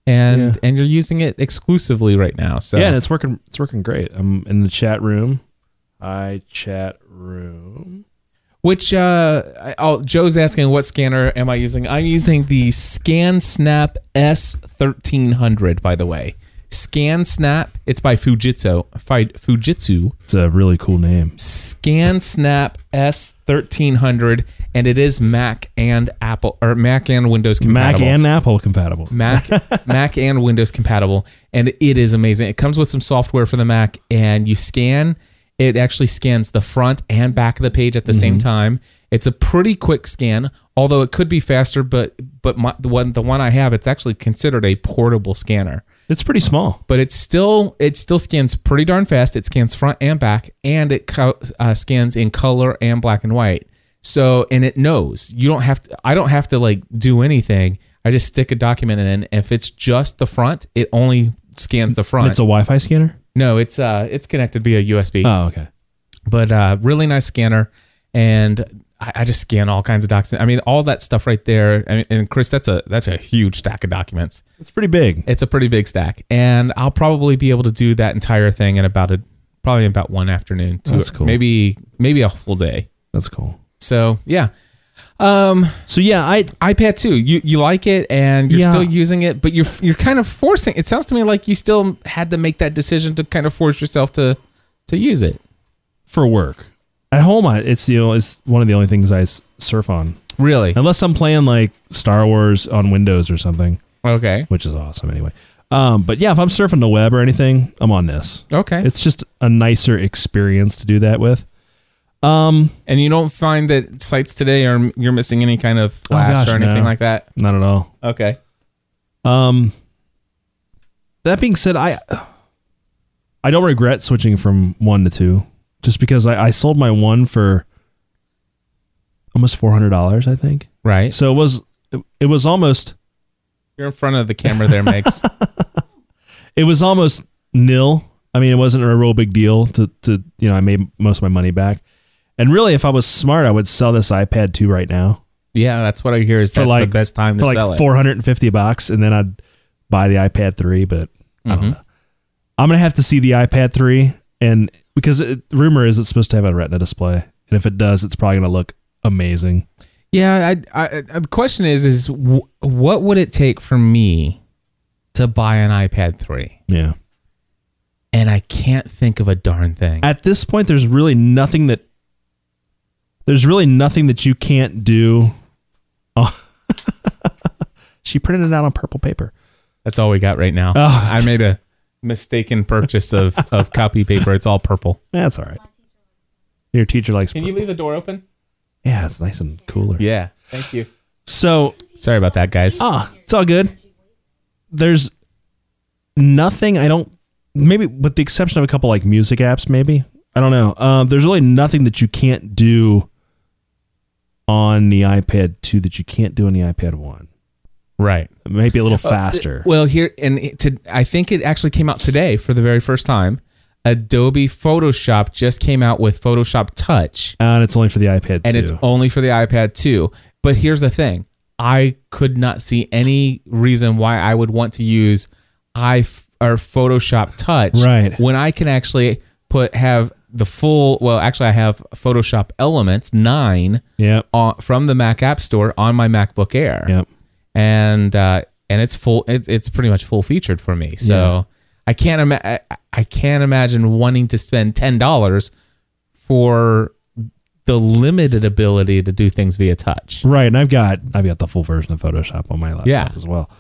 S1: and
S4: Yeah.
S1: and you're using it exclusively right now. So
S4: Yeah, and it's working. It's working great. I'm in the chat room. I chat room.
S1: which uh, I- I'll, Joe's asking what scanner am I using? I'm using the ScanSnap S1300. By the way, ScanSnap. It's by Fujitsu. Fi, Fujitsu.
S4: It's a really cool name.
S1: ScanSnap S1300, and it is Mac and Apple or Mac and Windows
S4: Mac
S1: compatible.
S4: and Apple compatible.
S1: Mac Mac and Windows compatible, and it is amazing. It comes with some software for the Mac, and you scan. It actually scans the front and back of the page at the same time. It's a pretty quick scan, although it could be faster. But but my, the one the one I have, it's actually considered a portable scanner.
S4: It's pretty small.
S1: But it's still it still scans pretty darn fast. It scans front and back, and it co- uh, scans in color and black and white. So and it knows you don't have to. I don't have to like do anything. I just stick a document in. And if it's just the front, it only scans the
S4: And
S1: front.
S4: it's a Wi-Fi scanner.
S1: no, it's uh it's connected via USB
S4: Oh, okay.
S1: but uh, really nice scanner and I, I just scan all kinds of documents i mean all that stuff right there I mean, and chris that's a that's a huge stack of documents
S4: It's pretty big.
S1: it's a pretty big stack and i'll probably be able to do that entire thing in about a probably in about one afternoon to
S4: That's cool.
S1: maybe maybe a full day
S4: That's cool.
S1: so yeah um
S4: So yeah, I
S1: ipad 2 you you like it and you're
S4: Yeah.
S1: still using it but you're you're kind of forcing it sounds to me like you still had to make that decision to kind of force yourself to to use it
S4: for work. At home, I, it's the only- it's one of the only things I s- surf on,
S1: really
S4: unless I'm playing like Star Wars on Windows or something,
S1: okay
S4: which is awesome anyway. Um, but yeah, if I'm surfing the web or anything, I'm on this.
S1: okay
S4: It's just a nicer experience to do that with. Um,
S1: And you don't find that sites today are you're missing any kind of flash
S4: Oh, gosh,
S1: or anything
S4: no.
S1: like that.
S4: not at all.
S1: Okay.
S4: Um, that being said, I I don't regret switching from one to two, just because I, I sold my one for almost four hundred dollars, I think.
S1: Right.
S4: So it was it, it was almost
S1: You're in front of the camera there,
S4: [laughs]
S1: Megs.
S4: it was almost nil. I mean, it wasn't a real big deal to to you know I made most of my money back, and really, if I was smart, I would sell this iPad two right now
S1: yeah, that's what I hear is
S4: for
S1: that's
S4: like
S1: the best time to
S4: for
S1: sell
S4: like four hundred and fifty bucks, and then I'd buy the iPad three. But I
S1: Mm-hmm.
S4: don't know. I'm gonna have to see the iPad three, and because it, rumor is it's supposed to have a Retina display, and if it does, it's probably gonna look amazing.
S1: it. Yeah. I, I, I, the question is, is wh- what would it take for me to buy an iPad 3?
S4: Yeah.
S1: And I can't think of a darn thing.
S4: at this point there's really nothing that there's really nothing that you can't do Oh. [laughs] she printed it out on purple paper
S1: That's all we got right now.
S4: Oh.
S1: I made a mistaken purchase of, of copy paper. It's all purple.
S4: that's all right your teacher likes purple.
S1: leave the door open?
S4: yeah it's nice and cooler
S1: Yeah. Thank you.
S4: so
S1: Sorry about that, guys.
S4: ah it's all good there's nothing. I don't maybe with the exception of a couple like music apps. Maybe I don't know. Um, there's really nothing that you can't do on the iPad two that you can't do on the iPad one.
S1: Right.
S4: Maybe a little
S1: Uh,
S4: faster.
S1: Well, here and it- to, I think it actually came out today for the very first time. Adobe Photoshop just came out with Photoshop Touch,
S4: and it's only for the iPad.
S1: and
S4: too.
S1: it's only for the iPad too. But here's the thing: I could not see any reason why I would want to use i or Photoshop Touch
S4: Right.
S1: when I can actually put have the full. Well, actually, I have Photoshop Elements nine
S4: Yep.
S1: on, from the Mac App Store on my MacBook Air.
S4: Yep.
S1: and uh, and it's full. It's it's pretty much full featured for me. So
S4: Yeah.
S1: I can't ima- I, I can't imagine wanting to spend ten dollars for the limited ability to do things via touch.
S4: Right, and I've got I've got the full version of Photoshop on my laptop
S1: Yeah.
S4: as well.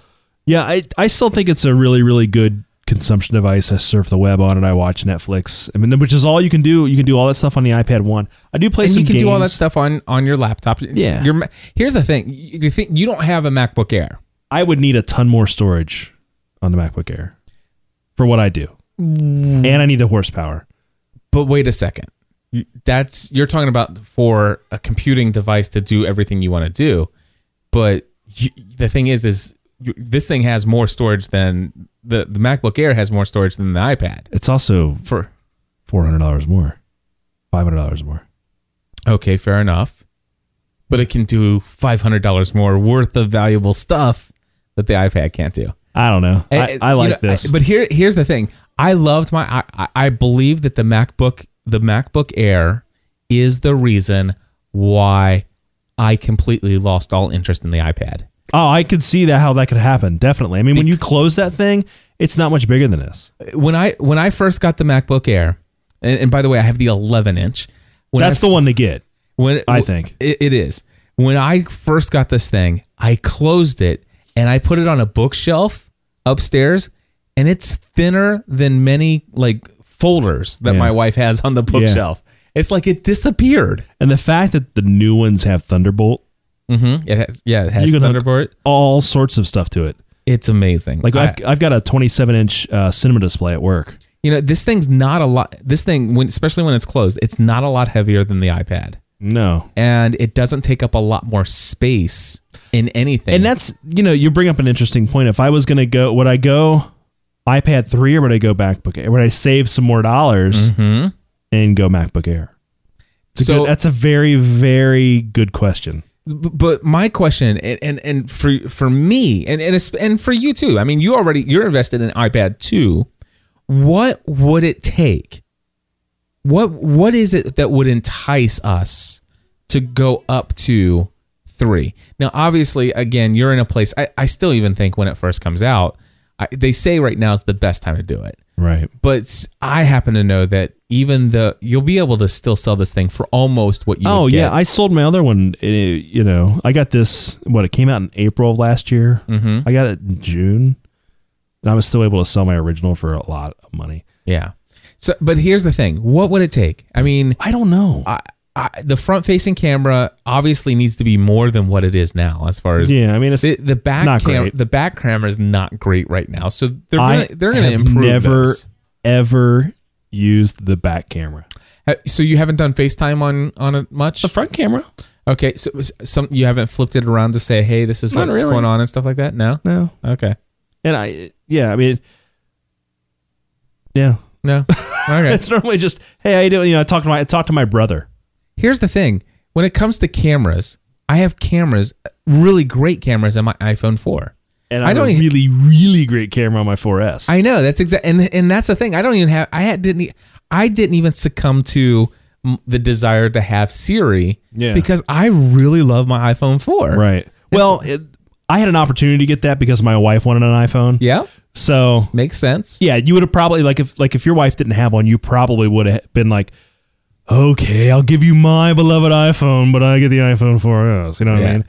S4: Yeah, I I still think it's a really really good consumption device. I surf the web on it. I watch Netflix. I mean, which is all you can do. You can do all that stuff on the iPad one. I do play
S1: And
S4: some
S1: you can
S4: games.
S1: do all that stuff on on your laptop. It's-
S4: Yeah.
S1: Your, ma- here's the thing. You, you think you don't have a MacBook Air.
S4: I would need a ton more storage on the MacBook Air for what I do,
S1: Mm.
S4: and I need the horsepower.
S1: But wait a second. You- That's you're talking about for a computing device to do everything you want to do. But you, the thing is, is you, this thing has more storage than the, the MacBook Air has more storage than the iPad.
S4: It's also
S1: For
S4: four hundred dollars more, five hundred dollars more.
S1: okay, fair enough. But it can do five hundred dollars more worth of valuable stuff that the iPad can't do.
S4: I don't know. I,
S1: And,
S4: I
S1: you
S4: like
S1: know,
S4: this.
S1: I- but here, here's the thing. I loved my. I- I, I believe that the MacBook, the MacBook Air, is the reason why I completely lost all interest in the iPad.
S4: oh, I could see that how that could happen. Definitely. I mean, when you close that thing, it's not much bigger than this.
S1: When I when I first got the MacBook Air, and, and by the way, I have the 11 inch. When
S4: That's the one to get.
S1: When
S4: I think.
S1: it, it is. When I first got this thing, I closed it and I put it on a bookshelf upstairs, and it's thinner than many like folders that
S4: Yeah.
S1: my wife has on the bookshelf. It's like it disappeared.
S4: And the fact that the new ones have Thunderbolt,
S1: Mm-hmm. It has, yeah, it has
S4: You can hook-
S1: Thunderbolt.
S4: all sorts of stuff to it.
S1: It's amazing.
S4: Like
S1: I-
S4: I've, I've got a 27 inch uh, cinema display at work.
S1: you know, this thing's not a lot. This thing, when especially when it's closed, it's not a lot heavier than the iPad,
S4: No.
S1: and it doesn't take up a lot more space in anything.
S4: And that's, you know, you bring up an interesting point. If I was going to go, would I go iPad 3 or would I go MacBook Air? Would I save some more dollars
S1: Mhm.
S4: and go MacBook Air? It's a
S1: So-
S4: good- that's a very, very good question.
S1: B- but my question and and, and for for me and and, it's- and for you too i mean you already you're invested in ipad too what would it take what what is it that would entice us to go up to three now obviously again you're in a place i, I still even think when it first comes out I, they say right now is the best time to do it
S4: Right.
S1: but s- i happen to know that even the you'll be able to still sell this thing for almost what you
S4: Oh
S1: would
S4: yeah,
S1: get.
S4: I sold my other one. eh, you know, I got this. What it came out in April of last year. Mm-hmm. I got it in June, and I was still able to sell my original for a lot of money.
S1: Yeah. So, but here's the thing: what would it take? I mean,
S4: I don't know.
S1: I, I, the front-facing camera obviously needs to be more than what it is now, as far as
S4: yeah, I mean, it's,
S1: the, the back
S4: not
S1: camera.
S4: great.
S1: The back camera is not great right now, so they're
S4: I
S1: gonna, they're going to
S4: have
S1: improve.
S4: Never
S1: this.
S4: ever used the back camera.
S1: Ha- So you haven't done FaceTime on on it much.
S4: front camera?
S1: Okay, so it was some you haven't flipped it around to say, "Hey, this is
S4: Not
S1: what's
S4: really.
S1: going on" and stuff like that. No.
S4: No,
S1: Okay.
S4: and I yeah, I mean, yeah, [laughs]
S1: No. All right.
S4: it's normally just hey, how you doing? You know, I talk to my I talk to my brother.
S1: Here's the thing: when it comes to cameras, I have cameras, really great cameras, on my iPhone four.
S4: And
S1: I
S4: I, have
S1: don't
S4: a
S1: even-
S4: really, really great camera on my 4S.
S1: I know that's exact, and and that's the thing. I don't even have. I had, didn't. e- I didn't even succumb to mm, the desire to have Siri.
S4: Yeah.
S1: Because I really love my iPhone four.
S4: Right. Well, it, I had an opportunity to get that because my wife wanted an iPhone.
S1: Yeah.
S4: So
S1: Makes sense.
S4: yeah, you would have probably like if like if your wife didn't have one, you probably would have been like, okay, I'll give you my beloved iPhone, but I get the iPhone 4S. You know what
S1: Yeah.
S4: I mean?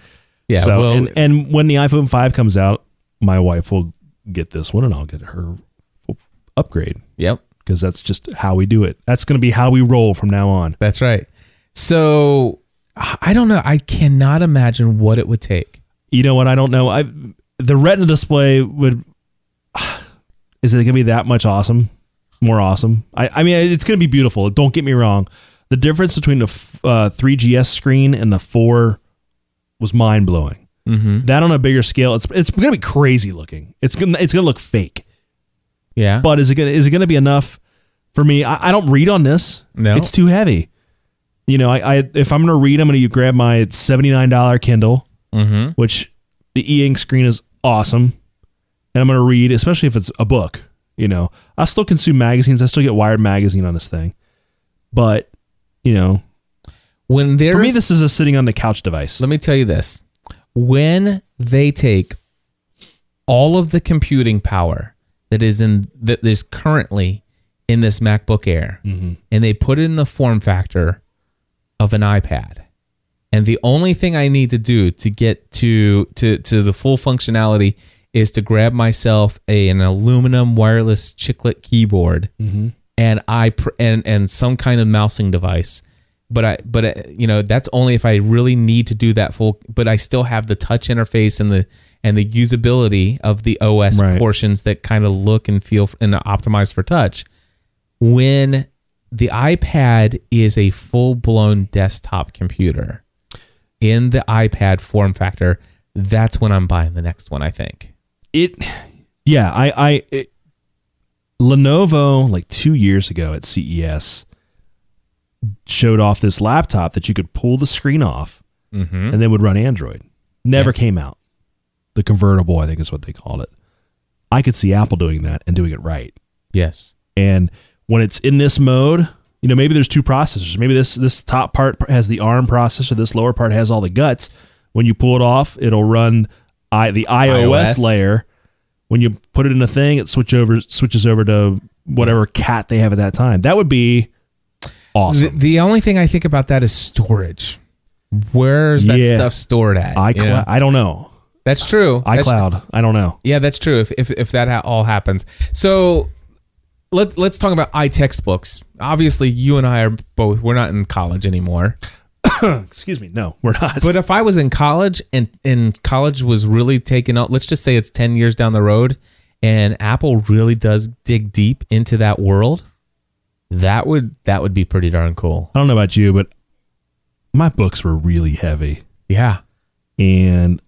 S1: Yeah.
S4: So,
S1: well,
S4: and, and when the iPhone 5 comes out, my wife will get this one, and I'll get her upgrade
S1: yep.
S4: because that's just how we do it. That's going to be how we roll from now on.
S1: That's right. So I don't know. I cannot imagine what it would take.
S4: you know what? I don't know. I the Retina display would. [sighs] Is it going to be that much awesome? More awesome? I, I mean, it's going to be beautiful. Don't get me wrong. The difference between the f- uh, 3GS screen and the 4 was mind blowing. That on a bigger scale, it's it's going to be crazy looking. It's gonna it's going to look fake.
S1: Yeah.
S4: But is it gonna is it gonna be enough for me? I, I don't read on this.
S1: No.
S4: it's too heavy. You know, I, I if I'm gonna read, I'm gonna grab my seventy nine dollar Kindle,
S1: Mhm.
S4: which the e ink screen is awesome, and I'm gonna read, especially if it's a book. You know, I still consume magazines. I still get Wired magazine on this thing, but you know,
S1: when there's
S4: for me, this is a sitting on the couch device.
S1: Let me tell you this. When they take all of the computing power that is in that is currently in this MacBook Air
S4: Mm-hmm.
S1: and they put it in the form factor of an iPad. And the only thing I need to do to get to to to the full functionality is to grab myself a, an aluminum wireless chiclet keyboard and I pr- and and some kind of mousing device. But I but uh, you know that's only if I really need to do that full. But I still have the touch interface and the and the usability of the OS
S4: Right.
S1: portions that kind of look and feel f- and are optimized for touch. When the iPad is a full blown desktop computer in the iPad form factor, that's when I'm buying the next one. I think.
S4: it yeah i i it, lenovo like two years ago at ces showed off this laptop that you could pull the screen off
S1: Mm-hmm.
S4: and then would run android never came out the convertible i think is what they called it i could see apple doing that and doing it right
S1: Yes.
S4: and when it's in this mode you know maybe there's two processors maybe this this top part has the arm processor this lower part has all the guts when you pull it off it'll run I, the iOS,
S1: iOS.
S4: layer when you put it in a thing it switch over switches over to whatever cat they have at that time that would be
S1: The,
S4: awesome
S1: the only thing I think about that is storage. Where's that
S4: Yeah.
S1: stuff stored at?
S4: i
S1: you know?
S4: i don't know
S1: That's true. That's-
S4: iCloud I don't know
S1: yeah, that's true. If if, if that ha- all happens, so let let's talk about iTextbooks. Obviously, you and I are both. We're not in college anymore.
S4: [clears throat] excuse me no we're not
S1: But if I was in college and and college was really taking out, let's just say it's ten years down the road, and Apple really does dig deep into that world, that would that would be pretty darn cool.
S4: I don't know about you but my books were really heavy
S1: Yeah.
S4: and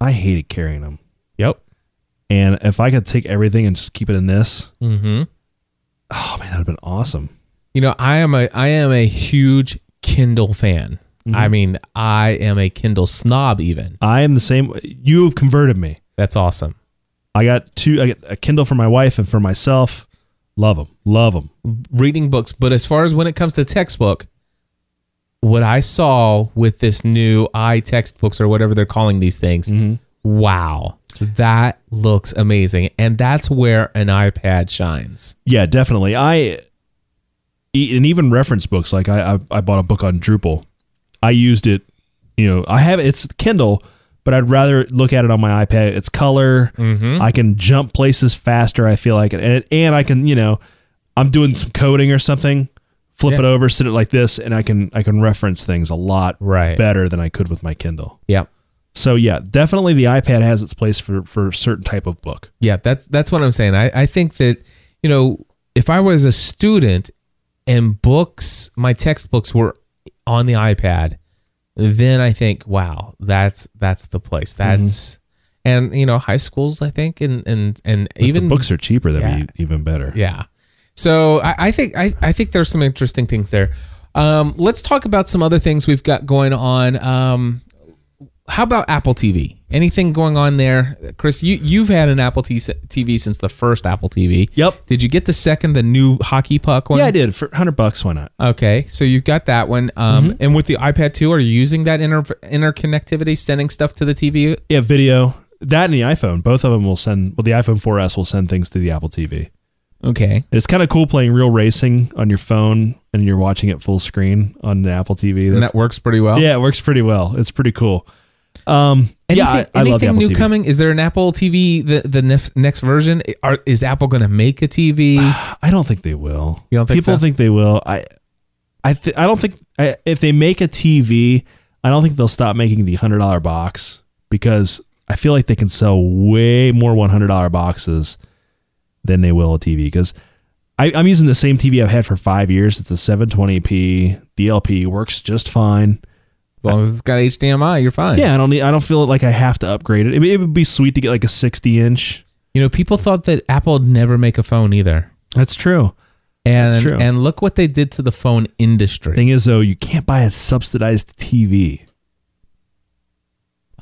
S4: I hated carrying them
S1: Yep.
S4: And if I could take everything and just keep it in this,
S1: Mm-hmm.
S4: oh man, that'd have been awesome.
S1: You know, I am a I am a huge Kindle fan. I mean, I am a Kindle snob even.
S4: I am the same. You have converted me.
S1: That's awesome.
S4: I got two. I got a Kindle for my wife and for myself. Love them. Love them.
S1: Reading books, but as far as when it comes to textbook, what I saw with this new i textbooks or whatever they're calling these things, wow, that looks amazing, and that's where an iPad shines.
S4: Yeah, definitely. I e- and even reference books. Like I, I, I bought a book on Drupal. I used it. You know, I have it's Kindle, but I'd rather look at it on my iPad. It's color.
S1: Mm-hmm.
S4: I can jump places faster. I feel like it, and, and I can you know, I'm doing some coding or something. Flip
S1: Yeah.
S4: it over, sit it like this, and I can I can reference things a lot
S1: Right.
S4: better than I could with my Kindle.
S1: Yep.
S4: So yeah, definitely the iPad has its place for for a certain type of book.
S1: Yeah, that's that's what I'm saying. I, I think that, you know, if I was a student and books my textbooks were on the iPad, then I think, wow, that's that's the place. That's and you know, high schools I think and and and
S4: Even
S1: even
S4: books are cheaper, that'd be even better.
S1: yeah. So I, I think I, I think there's some interesting things there. Um, let's talk about some other things we've got going on. Um, how about Apple TV? Anything going on there, Chris? You you've had an Apple T- TV since the first Apple TV.
S4: Yep.
S1: Did you get the second, the new hockey puck one?
S4: Yeah, I did for hundred bucks. Why not?
S1: Okay, so you've got that one. Um,
S4: Mm-hmm.
S1: and with the iPad 2, are you using that inter- interconnectivity, sending stuff to the TV?
S4: Yeah, video that and the iPhone. Both of them will send. Well, the iPhone 4S will send things through the Apple TV.
S1: Okay.
S4: It's kind of cool playing real racing on your phone and you're watching it full screen on the Apple TV.
S1: And
S4: That's-
S1: that works pretty well.
S4: yeah, it works pretty well. It's pretty cool. Um,
S1: Anything,
S4: yeah, I, I love the
S1: anything
S4: Apple
S1: new
S4: TV.
S1: coming? Is there an Apple TV the the nef- next version? Are, is Apple going to make a
S4: [sighs]
S1: TV?
S4: I don't think they will.
S1: You don't think
S4: People
S1: so?
S4: think they will. I, I, th- I don't think I, if they make a TV, I don't think they'll stop making the hundred dollar box because I feel like they can sell way more one hundred dollar boxes than they will a TV because I'm using the same TV I've had for five years. It's a 720p DLP, works just fine.
S1: As long as it's got HDMI, you're fine.
S4: Yeah, I don't need. I don't feel like I have to upgrade it. It, it would be sweet to get like a 60 inch.
S1: You know, people thought that Apple would never make a phone either.
S4: That's true.
S1: And
S4: That's true.
S1: and look what they did to the phone industry.
S4: Thing is, though, you can't buy a subsidized TV.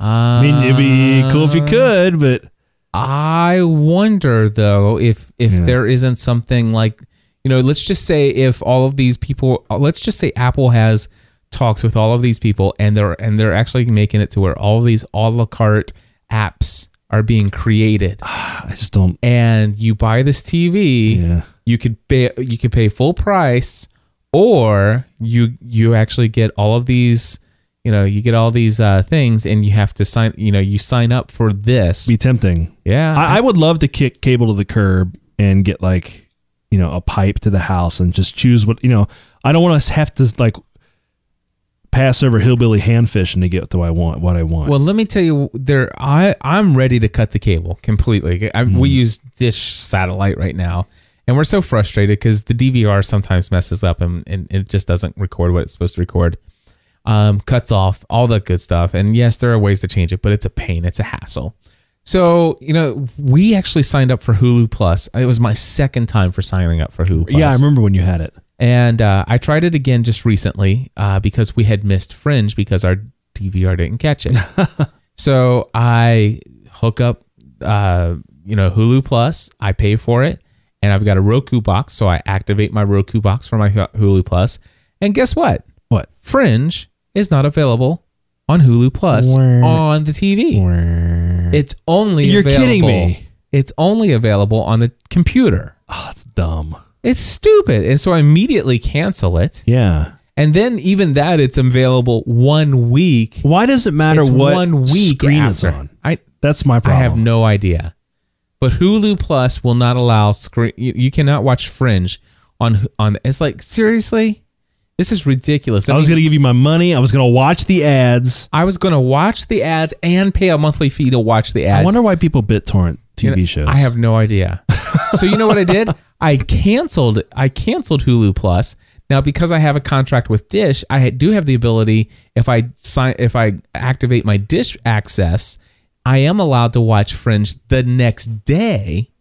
S1: uh,
S4: I mean, it'd be cool if you could, but
S1: I wonder though if if
S4: Yeah.
S1: there isn't something like you know, let's just say if all of these people, let's just say Apple has talks with all of these people, and they're and they're actually making it to where all these a la carte apps are being created,
S4: I just don't.
S1: and you buy this TV,
S4: Yeah.
S1: you could pay you could pay full price, or you you actually get all of these. You know, you get all these uh, things, and you have to sign. You know, you sign up for this.
S4: Be tempting.
S1: Yeah,
S4: I, I would love to kick cable to the curb and get like, you know, a pipe to the house and just choose what you know. I don't want to have to like pass over hillbilly hand fishing to get what I want. What I want.
S1: Well, let me tell you, there I I'm ready to cut the cable completely. I,
S4: Mm.
S1: We use Dish Satellite right now, and we're so frustrated because the DVR sometimes messes up and, and it just doesn't record what it's supposed to record. Um, cuts off all that good stuff, and yes, there are ways to change it, but it's a pain. It's a hassle. So you know, we actually signed up for Hulu Plus. It was my second time for signing up for Hulu. Plus.
S4: yeah, I remember when you had it.
S1: And uh, I tried it again just recently uh, because we had missed Fringe because our DVR didn't catch
S4: [laughs]
S1: it. so I hook up, uh, you know, Hulu Plus. I pay for it, and I've got a Roku box, so I activate my Roku box for my Hu- Hulu Plus. And guess what?
S4: What?
S1: Fringe is not available on Hulu Plus
S4: Wah.
S1: on the TV. It's only
S4: You're
S1: available-
S4: kidding me.
S1: It's only available on the computer.
S4: Oh, that's dumb.
S1: It's stupid. And so I immediately cancel it.
S4: Yeah.
S1: And then even that it's available one week.
S4: Why does it matter
S1: It's
S4: what
S1: one week
S4: screen
S1: after.
S4: it's on?
S1: I
S4: That's my
S1: I
S4: problem.
S1: have no idea. But Hulu Plus will not allow screen you, you cannot watch Fringe on on it's like seriously? This is ridiculous.
S4: I was
S1: mean,
S4: gonna give you my money. I was gonna watch the ads.
S1: I was going to watch the ads and pay a monthly fee to watch the ads.
S4: I wonder why people BitTorrent TV
S1: You know,
S4: shows.
S1: I have no
S4: [laughs]
S1: idea. so you know what I did? I canceled. I canceled Hulu Plus. Now because I have a contract with Dish, I do have the ability if I sign if I activate my Dish access, I am allowed to watch Fringe the next day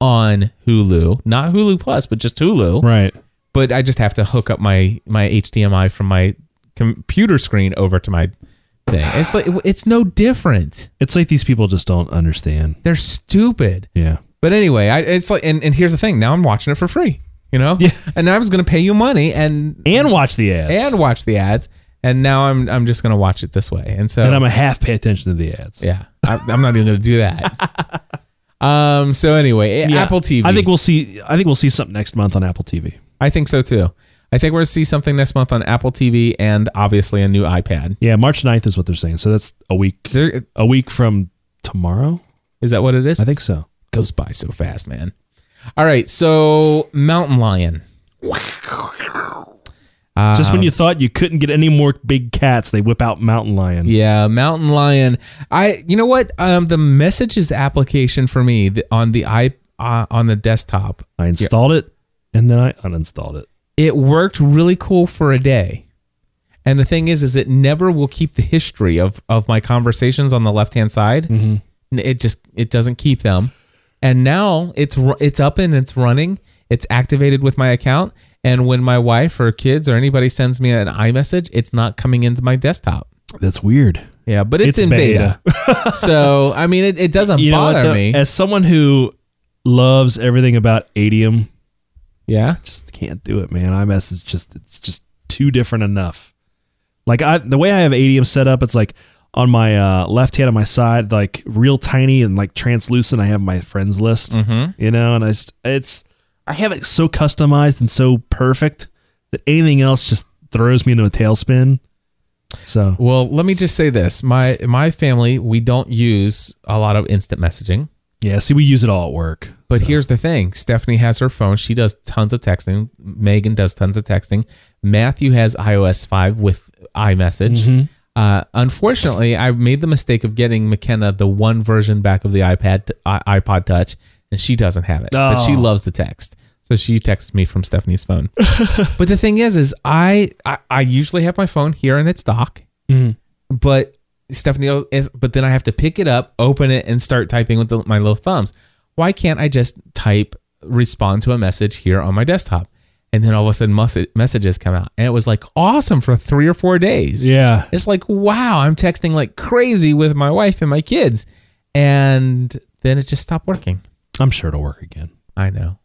S1: on Hulu, not Hulu Plus, but just Hulu.
S4: right.
S1: But I just have to hook up my my HDMI from my computer screen over to my thing. It's like it's no different.
S4: It's like these people just don't understand.
S1: They're stupid.
S4: Yeah.
S1: But anyway, I, it's like, and, and here's the thing. Now I'm watching it for free, you know.
S4: Yeah.
S1: And I was gonna pay you money and
S4: And watch the ads.
S1: and watch the ads, and now I'm I'm just gonna watch it this way. And so
S4: and I'm a half pay attention to the ads.
S1: [laughs] yeah, I, I'm not even gonna do that.
S4: [laughs]
S1: um. So anyway,
S4: Yeah.
S1: Apple TV.
S4: I think we'll see. I think we'll see something next month on Apple TV.
S1: I think so too. I think we're gonna see something next month on Apple TV and obviously a new iPad.
S4: Yeah, March 9th is what they're saying. So that's a week.
S1: There,
S4: A week from tomorrow,
S1: is that what it is?
S4: I think so.
S1: goes by so fast, man. All right, so Mountain Lion.
S4: Just when you thought you couldn't get any more big cats, they whip out mountain lion.
S1: Yeah, Mountain Lion. I you know what? Um the messages application for me the, on the i uh, on the desktop.
S4: I installed it and then I uninstalled it.
S1: It worked really cool for a day. And the thing is is it never will keep the history of of my conversations on the left-hand side. N- It just it doesn't keep them. And now it's ru- it's up and it's running. It's activated with my account and when my wife or kids or anybody sends me an iMessage, it's not coming into my desktop.
S4: That's weird.
S1: Yeah, but it's,
S4: It's
S1: in beta.
S4: [laughs]
S1: so I mean, it, it doesn't
S4: You know what,
S1: bother
S4: though?
S1: me.
S4: As someone who loves everything about Adium,
S1: yeah,
S4: just can't do it, man. iMessage is just it's just too different enough. Like I the way I have ADM set up, it's like on my uh, left hand on my side, like real tiny and like translucent. I have my friends list, you know, and I just, it's I have it so customized and so perfect that anything else just throws me into a tailspin. So
S1: Well, let me just say this: my my family we don't use a lot of instant messaging.
S4: yeah, see, we use it all at work.
S1: But here's the thing: Stephanie has her phone; she does tons of texting. Megan does tons of texting. Matthew has iOS five with iMessage.
S4: Mm-hmm.
S1: Uh, unfortunately, I made the mistake of getting McKenna the one version back of the iPad, i- iPod Touch, and and she doesn't have it, but
S4: Oh.
S1: she loves the text. So she texts me from Stephanie's phone. but the thing is, is I, I I usually have my phone here in its dock, but Stephanie is, but then I have to pick it up, open it, and start typing with the, my little thumbs. Why can't I just type respond to a message here on my desktop? And then all of a sudden, mus- messages come out, and it was like awesome for three or four days.
S4: Yeah.
S1: It's like, wow, I'm texting like crazy with my wife and my kids. And then it just stopped working.
S4: I'm sure it'll work again.
S1: I know.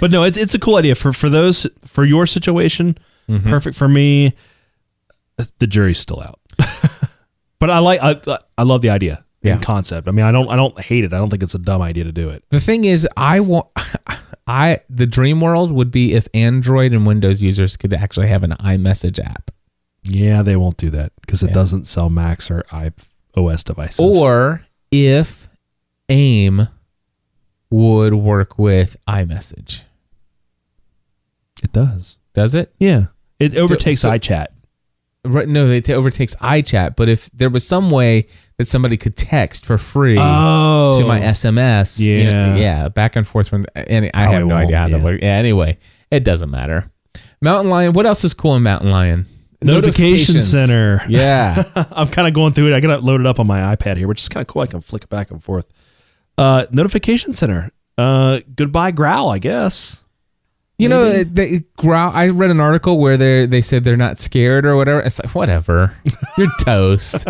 S4: But no, it's, it's a cool idea for for those for your situation. Perfect for me. Mm-hmm. The jury's still out, [laughs] but I like I, I love the idea
S1: Yeah.
S4: and concept. I mean, I don't I don't hate it. I don't think it's a dumb idea to do it.
S1: The thing is, I want, [laughs] I, the dream world would be if Android and Windows users could actually have an iMessage app
S4: Yeah, they won't do that because it
S1: Yeah.
S4: doesn't sell Macs or iOS devices.
S1: or if AIM would work with iMessage.
S4: it does.
S1: Does it?
S4: Yeah, it overtakes
S1: so-
S4: iChat.
S1: Right. No, it overtakes iChat. But if there was some way that somebody could text for free,
S4: Oh,
S1: to my SMS. you know,
S4: Yeah.
S1: yeah. Back and forth from. Any, I
S4: Oh,
S1: have
S4: it
S1: no idea how
S4: won't,
S1: to
S4: yeah.
S1: work. Yeah. Anyway, it doesn't matter. Mountain Lion. What else is cool in Mountain Lion?
S4: Notification
S1: Notifications.
S4: center. [laughs]
S1: Yeah.
S4: [laughs] I'm kind of going through it. I got to load it up on my iPad here, which is kind of cool. I can flick it back and forth. Uh, notification center. Uh, goodbye, growl. I guess.
S1: you know, they growl. I read an article where they they said they're not scared or whatever. It's like
S4: [laughs]
S1: whatever. You're toast.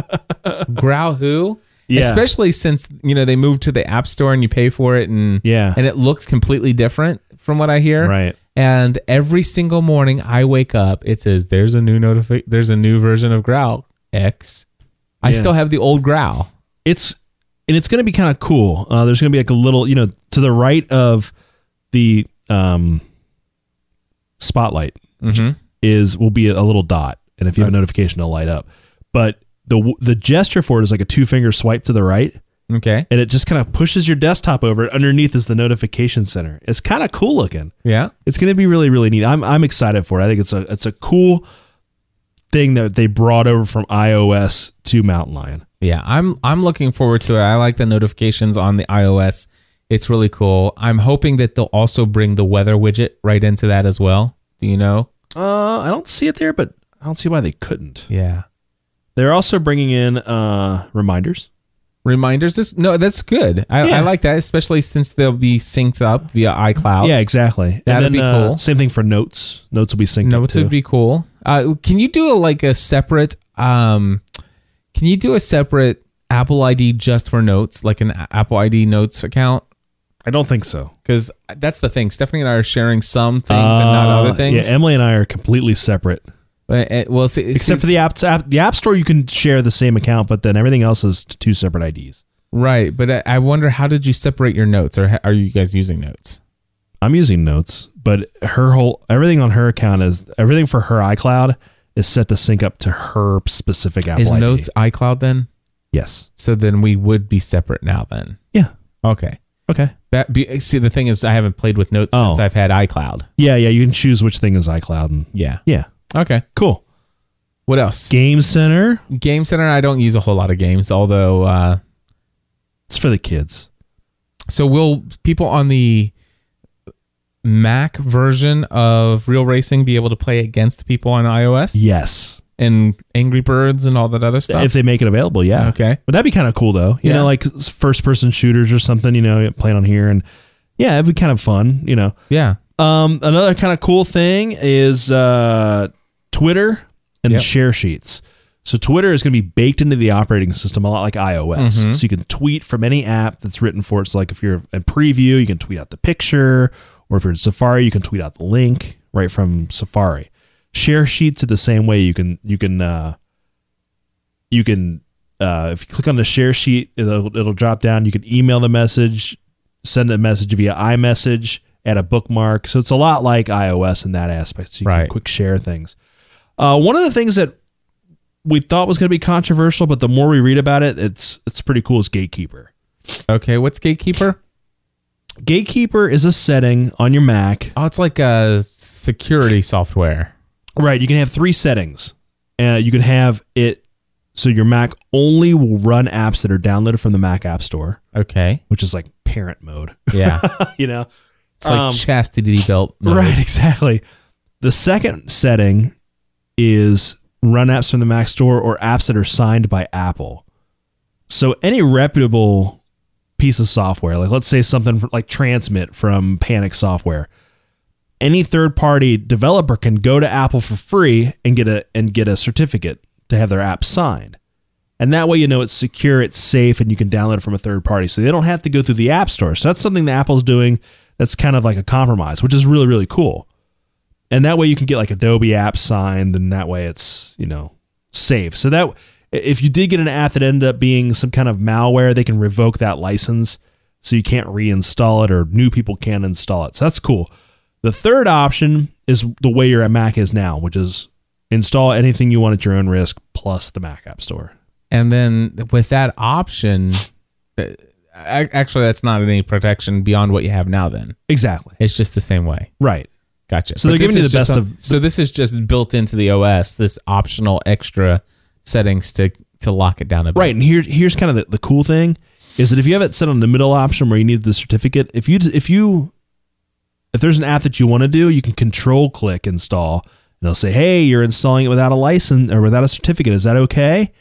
S1: growl who?
S4: Yeah.
S1: Especially since you know they moved to the App Store and you pay for it and
S4: Yeah.
S1: and it looks completely different from what I hear.
S4: Right.
S1: And every single morning I wake up, it says there's a new notifi- there's a new version of Growl X. I
S4: Yeah.
S1: still have the old Growl.
S4: It's and it's going to be kind of cool. Uh, there's going to be like a little, you know, to the right of the um, spotlight
S1: Mhm.
S4: Mm-hmm. is will be a little dot, and if you have a notification, it'll light up. But the w- the gesture for it is like a two finger swipe to the right,
S1: Okay.
S4: and it just kind of pushes your desktop over. and Underneath is the notification center. It's kind of cool looking.
S1: Yeah.
S4: It's going to be really really neat. I'm I'm excited for it. I think it's a it's a cool thing that they brought over from iOS to Mountain Lion.
S1: Yeah. I'm I'm looking forward to it. I like the notifications on the iOS. It's really cool. I'm hoping that they'll also bring the weather widget right into that as well. Do you know?
S4: Uh, I don't see it there, but I don't see why they couldn't.
S1: Yeah.
S4: They're also bringing in uh reminders.
S1: Reminders. This no, that's good. I,
S4: Yeah.
S1: I like that, especially since they'll be synced up via iCloud.
S4: Yeah, exactly.
S1: That'd
S4: and then,
S1: be
S4: uh,
S1: cool.
S4: same thing for notes. Notes will be synced up
S1: Notes
S4: too.
S1: would be cool. Uh, can you do a, like a separate? Um, can you do a separate Apple ID just for notes, like an A- Apple ID notes account?
S4: I don't think so.
S1: Because that's the thing. Stephanie and I are sharing some things and not
S4: Uh,
S1: other things.
S4: Yeah, Emily and I are completely separate.
S1: But, uh, well, see,
S4: Except for the app, app, the app store, you can share the same account, but then everything else is t- two separate IDs.
S1: right. But uh, I, I wonder how did you separate your notes, or ha- are you guys using notes?
S4: I'm using notes, but her whole everything on her account is everything for her iCloud is set to sync up to her specific Apple
S1: Is
S4: ID.
S1: notes iCloud then?
S4: Yes.
S1: So then we would be separate now. Then
S4: Yeah.
S1: okay.
S4: Okay.
S1: That be, see the thing is I haven't played with notes
S4: Oh.
S1: since I've had iCloud.
S4: Yeah, yeah. You can choose which thing is iCloud, and
S1: Yeah.
S4: yeah,
S1: Okay.
S4: cool.
S1: What else?
S4: Game Center.
S1: Game Center, I don't use a whole lot of games, although. Uh,
S4: It's for the kids.
S1: so will people on the Mac version of Real Racing be able to play against people on iOS?
S4: Yes.
S1: And Angry Birds and all that other stuff.
S4: If they make it available, yeah.
S1: Okay.
S4: But that'd be kind of cool, though. You
S1: Yeah.
S4: know, like first person shooters or something, you know, playing on here. And yeah, it'd be kind of fun, you know.
S1: yeah.
S4: Um, another kind of cool thing is uh, Twitter and
S1: Yep.
S4: share sheets. So Twitter is going to be baked into the operating system a lot like iOS. So you can tweet from any app that's written for it. So like if you're in preview, you can tweet out the picture, or if you're in Safari, you can tweet out the link right from Safari. Share sheets are the same way. You can you can uh, you can uh, if you click on the share sheet, it'll it'll drop down. You can email the message, send a message via iMessage, add a bookmark. So it's a lot like iOS in that aspect. So you
S1: Right.
S4: can quick share things. Uh, one of the things that we thought was going to be controversial, but the more we read about it, it's it's pretty cool. Is Gatekeeper?
S1: Okay. What's Gatekeeper?
S4: Gatekeeper is a setting on your Mac.
S1: Oh, it's like a security software.
S4: Right. You can have three settings. Uh, you can have it so your Mac only will run apps that are downloaded from the Mac App Store.
S1: Okay.
S4: which is like parent mode. [laughs]
S1: Yeah.
S4: you know,
S1: It's like
S4: Um,
S1: chastity belt. mode.
S4: Right, exactly. The second setting is run apps from the Mac Store or apps that are signed by Apple. So any reputable piece of software, like let's say something fr- like Transmit from Panic Software, any third-party developer can go to Apple for free and get a and get a certificate to have their app signed. And that way you know it's secure, it's safe, and you can download it from a third party. So they don't have to go through the app store. So that's something that Apple's doing that's kind of like a compromise, which is really, really cool. And that way you can get like Adobe app signed, and that way it's, you know, safe. So that if you did get an app that ended up being some kind of malware, they can revoke that license. So you can't reinstall it or new people can't install it. So that's cool. The third option is the way your Mac is now, which is install anything you want at your own risk plus the Mac App Store.
S1: And then with that option, uh, ac- actually, that's not any protection beyond what you have now. Then
S4: Exactly.
S1: it's just the same way.
S4: Right.
S1: Gotcha.
S4: So they're
S1: this
S4: giving you
S1: is
S4: the
S1: just
S4: best
S1: some-
S4: of-
S1: So this is just built into the OS. This optional extra settings to to lock it down a bit.
S4: Right, and here, here's kind of the, the cool thing is that if you have it set on the middle option where you need the certificate, if you if you if there's an app that you want to do, you can control click install, and it'll say, "Hey, you're installing it without a license or without a certificate. Is that okay?"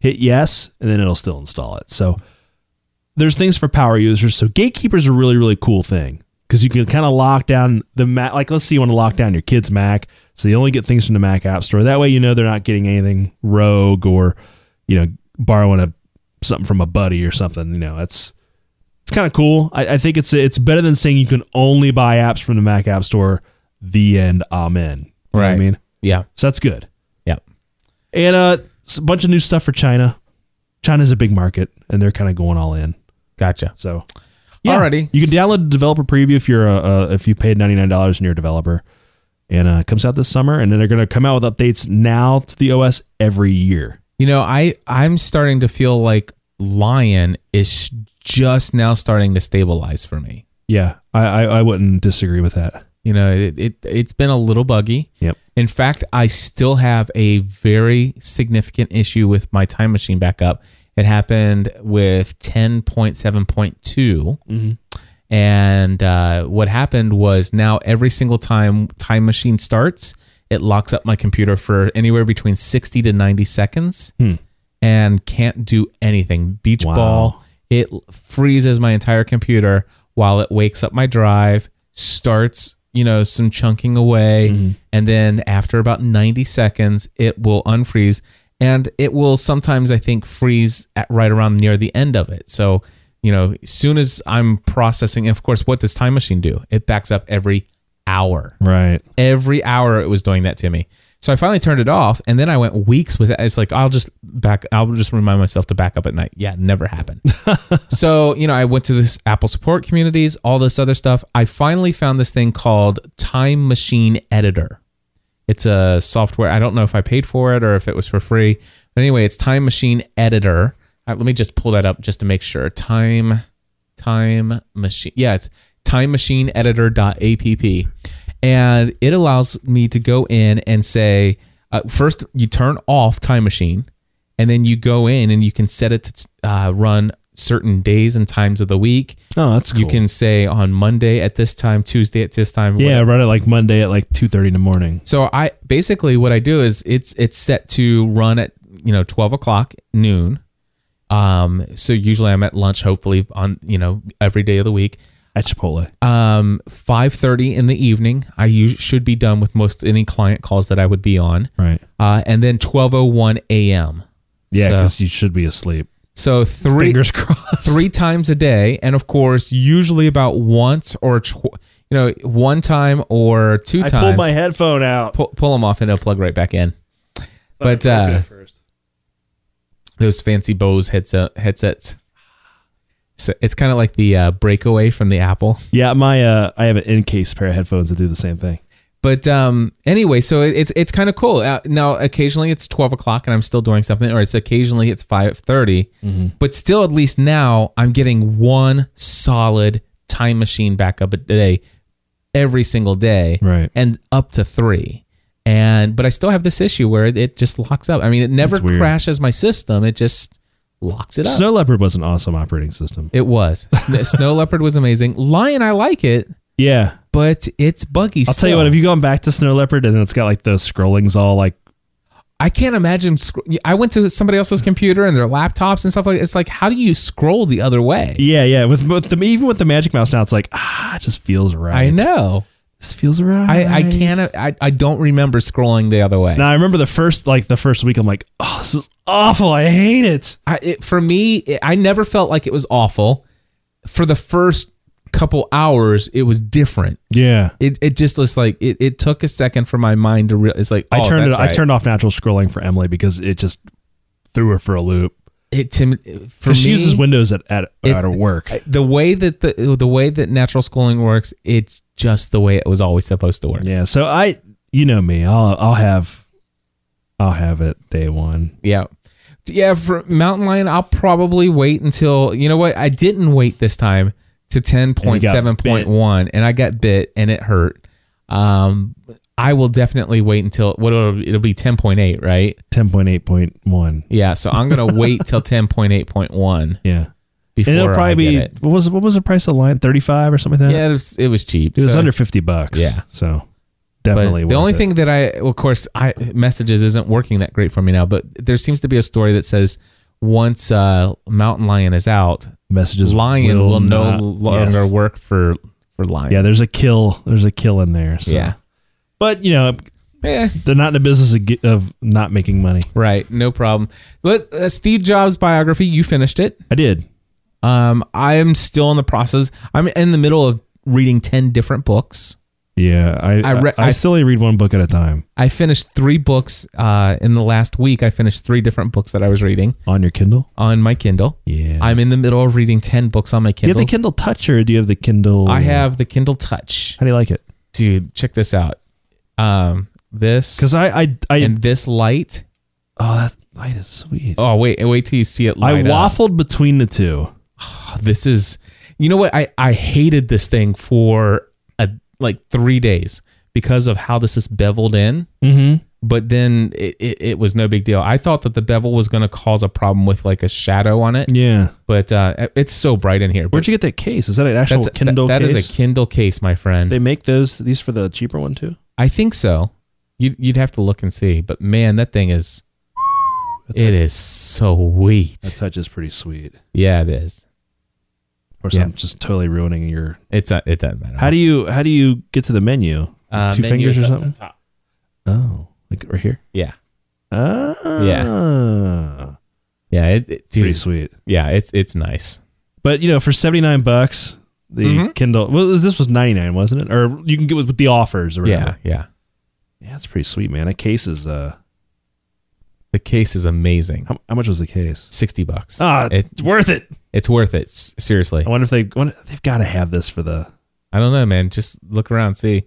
S4: Hit yes, and then it'll still install it. So there's things for power users. So gatekeepers are really really cool thing because you can kind of lock down the Mac. Like let's say you want to lock down your kid's Mac, so you only get things from the Mac App Store. That way you know they're not getting anything rogue or you know borrowing a something from a buddy or something. You know that's it's kind of cool. I, I think it's it's better than saying you can only buy apps from the Mac App Store. The end. Amen. You know what
S1: Right.
S4: I mean,
S1: Yeah.
S4: so that's good.
S1: Yeah.
S4: And uh, s- a bunch of new stuff for China. China's a big market, and they're kind of going all in.
S1: Gotcha.
S4: So,
S1: Alrighty.
S4: you can download the developer preview if you're uh, uh, if you paid ninety nine dollars and you're a developer, and uh, it comes out this summer. And then they're going to come out with updates now to the OS every year.
S1: You know, I I'm starting to feel like Lion is just now starting to stabilize for me.
S4: Yeah, I I, I wouldn't disagree with that.
S1: You know, it, it it's been a little buggy.
S4: Yep.
S1: In fact, I still have a very significant issue with my time machine backup. It happened with 10.7.2. And uh, what happened was now every single time Time Machine starts, it locks up my computer for anywhere between 60 to 90 seconds and can't do anything. Beach
S4: Wow.
S1: ball, it l- freezes my entire computer while it wakes up my drive, starts, you know, some chunking away. And then after about 90 seconds, it will unfreeze. And it will sometimes, I think, freeze at right around near the end of it. So, you know, as soon as I'm processing, of course, what does Time Machine do? It backs up every hour
S4: Right.
S1: every hour it was doing that to me. So I finally turned it off, and then I went weeks with it. It's like I'll just back. I'll just remind myself to back up at night. Yeah, it never happened. so you know, I went to this Apple support communities, all this other stuff. I finally found this thing called Time Machine Editor. It's a software. I don't know if I paid for it or if it was for free. But anyway, it's Time Machine Editor. Uh, let me just pull that up just to make sure. Time, Time Machine. Yeah, it's Time Machine timemachineeditor.app. And it allows me to go in and say, uh, first, you turn off Time Machine, and then you go in and you can set it to uh, run certain days and times of the week.
S4: Oh, that's cool.
S1: You can say on Monday at this time, Tuesday at this time.
S4: yeah run it like Monday at like two thirty in the morning.
S1: So I basically what I do is it's it's set to run at you know twelve o'clock noon. Um, so usually I'm at lunch, hopefully on you know every day of the week.
S4: At Chipotle.
S1: Um, five thirty in the evening, I us- should be done with most any client calls that I would be on.
S4: Right.
S1: Uh, and then twelve oh one a.m.
S4: Yeah,
S1: So-
S4: because you should be asleep.
S1: So three
S4: Fingers [laughs] crossed.
S1: three times a day, and of course usually about once or tw- you know one time or two
S4: I
S1: times.
S4: pulled my headphone out.
S1: pull, pull them off and it'll plug right back in. But uh, those fancy Bose headset headsets. So it's kind of like the uh, breakaway from the Apple.
S4: Yeah, my uh, I have an in case pair of headphones that do the same thing.
S1: But um, anyway, so it, it's it's kind of cool. Uh, now occasionally it's twelve o'clock and I'm still doing something, or it's occasionally it's five
S4: Mm-hmm.
S1: But still, at least now I'm getting one solid time machine backup a day, every single day,
S4: Right.
S1: And up to three. And but I still have this issue where it, it just locks up. I mean, it never
S4: That's weird.
S1: crashes my system. It just locks it up.
S4: Snow Leopard was an awesome operating system.
S1: it was Sn- [laughs] Snow Leopard was amazing. Lion, I like it,
S4: Yeah.
S1: but it's buggy.
S4: I'll tell you what, if you gone back to Snow Leopard and it's got like the scrollings all like
S1: I can't imagine. Sc- I went to somebody else's computer and their laptops and stuff like. It's like how do you scroll the other way?
S4: Yeah, yeah. With, with the even with the Magic Mouse now, it's like, ah, it just feels right.
S1: I know.
S4: This feels right.
S1: I, I can't. I, I don't remember scrolling the other way.
S4: Now I remember the first like the first week I'm like, oh, this is awful. I hate it.
S1: I, it, for me, it, I never felt like it was awful. For the first couple hours, it was different.
S4: Yeah.
S1: It, it just was like it, it took a second for my mind to real. It's like
S4: I
S1: oh,
S4: turned it
S1: that's
S4: I
S1: right.
S4: turned off natural scrolling for Emily because it just threw her for a loop.
S1: it tim- for me.
S4: 'Cause she uses Windows at at,
S1: it's-
S4: at her work.
S1: the way that the the way that natural schooling works. It's just the way it was always supposed to work.
S4: yeah. So I you know me. I'll I'll have I'll have it day one.
S1: Yeah. Yeah, for Mountain Lion, I'll probably wait until you know what? I didn't wait this time to ten point seven point one and I got bit and it hurt. Um I will definitely wait until what it'll, it'll be ten point eight, right?
S4: Ten point eight point one.
S1: Yeah, so I'm
S4: [laughs]
S1: gonna wait till ten point eight point one
S4: Yeah.
S1: before
S4: And it'll
S1: I
S4: probably be
S1: get it.
S4: what was what was the price of the line? Thirty five or something like that?
S1: Yeah, it was, it was cheap.
S4: It was
S1: so-
S4: under fifty bucks.
S1: Yeah.
S4: So
S1: but
S4: definitely.
S1: the
S4: worth
S1: only
S4: it.
S1: thing that I, well, of course, I messages isn't working that great for me now. But there seems to be a story that says once uh, Mountain Lion is out,
S4: messages
S1: lion will, no
S4: not-
S1: longer
S4: yes.
S1: work for for lion.
S4: Yeah, there's a kill. There's a kill in there. So.
S1: yeah,
S4: But you know
S1: Eh,
S4: they're not in the business of, ge- of not making money.
S1: right. No problem. Let uh, Steve Jobs biography. You finished it.
S4: I did.
S1: Um, I am still in the process. I'm in the middle of reading ten different books.
S4: Yeah, I
S1: I
S4: I,
S1: re-
S4: I,
S1: I-
S4: still only read one book at a time
S1: I finished three books uh, in the last week. I finished three different books that I was reading
S4: on your Kindle.
S1: on my Kindle.
S4: Yeah.
S1: I'm in the middle of reading ten books on my
S4: do you have
S1: Kindle.
S4: the Kindle Touch or do you have the Kindle?
S1: I have the Kindle Touch.
S4: How do you like it?
S1: Dude, check this out. Um, this
S4: Because I I I
S1: and this light.
S4: oh that light is sweet.
S1: Oh wait, wait till you see it.
S4: I
S1: light up.
S4: waffled between the two.
S1: this is you know what I, I hated this thing for a, like three days because of how this is beveled in
S4: Mm-hmm.
S1: but then it, it, it was no big deal i thought that the bevel was going to cause a problem with like a shadow on it
S4: Yeah.
S1: but uh, it's so bright in here
S4: Where'd you get that case? Is that an actual
S1: that's,
S4: Kindle
S1: that, that
S4: case?
S1: is a kindle case my friend
S4: They make those these for the cheaper one too.
S1: i think so you'd, you'd have to look and see but man that thing is it is so
S4: That
S1: sweet
S4: touch is pretty sweet.
S1: yeah it is
S4: Of course,
S1: Yeah.
S4: I'm just totally ruining your.
S1: it's a, it doesn't matter
S4: How do you how do you get to the menu?
S1: Uh,
S4: Two
S1: menu
S4: fingers
S1: is
S4: or
S1: up at the
S4: something?
S1: top.
S4: Oh, like right here.
S1: yeah
S4: Ah, yeah,
S1: yeah it, it
S4: pretty
S1: dude,
S4: sweet.
S1: yeah it's it's nice
S4: But you know, for seventy nine bucks, the
S1: Mhm.
S4: Kindle. Well, this was ninety nine, wasn't it? Or you can get with, with the offers or
S1: Yeah,
S4: whatever.
S1: yeah.
S4: Yeah, that's pretty sweet, man. A case is uh,
S1: The case is amazing.
S4: how, how much was the case?
S1: Sixty bucks.
S4: Ah, it's
S1: it,
S4: worth it.
S1: it's worth it. S- Seriously,
S4: I wonder if they wonder, they've got to have this for the.
S1: I don't know, man. Just look around, see.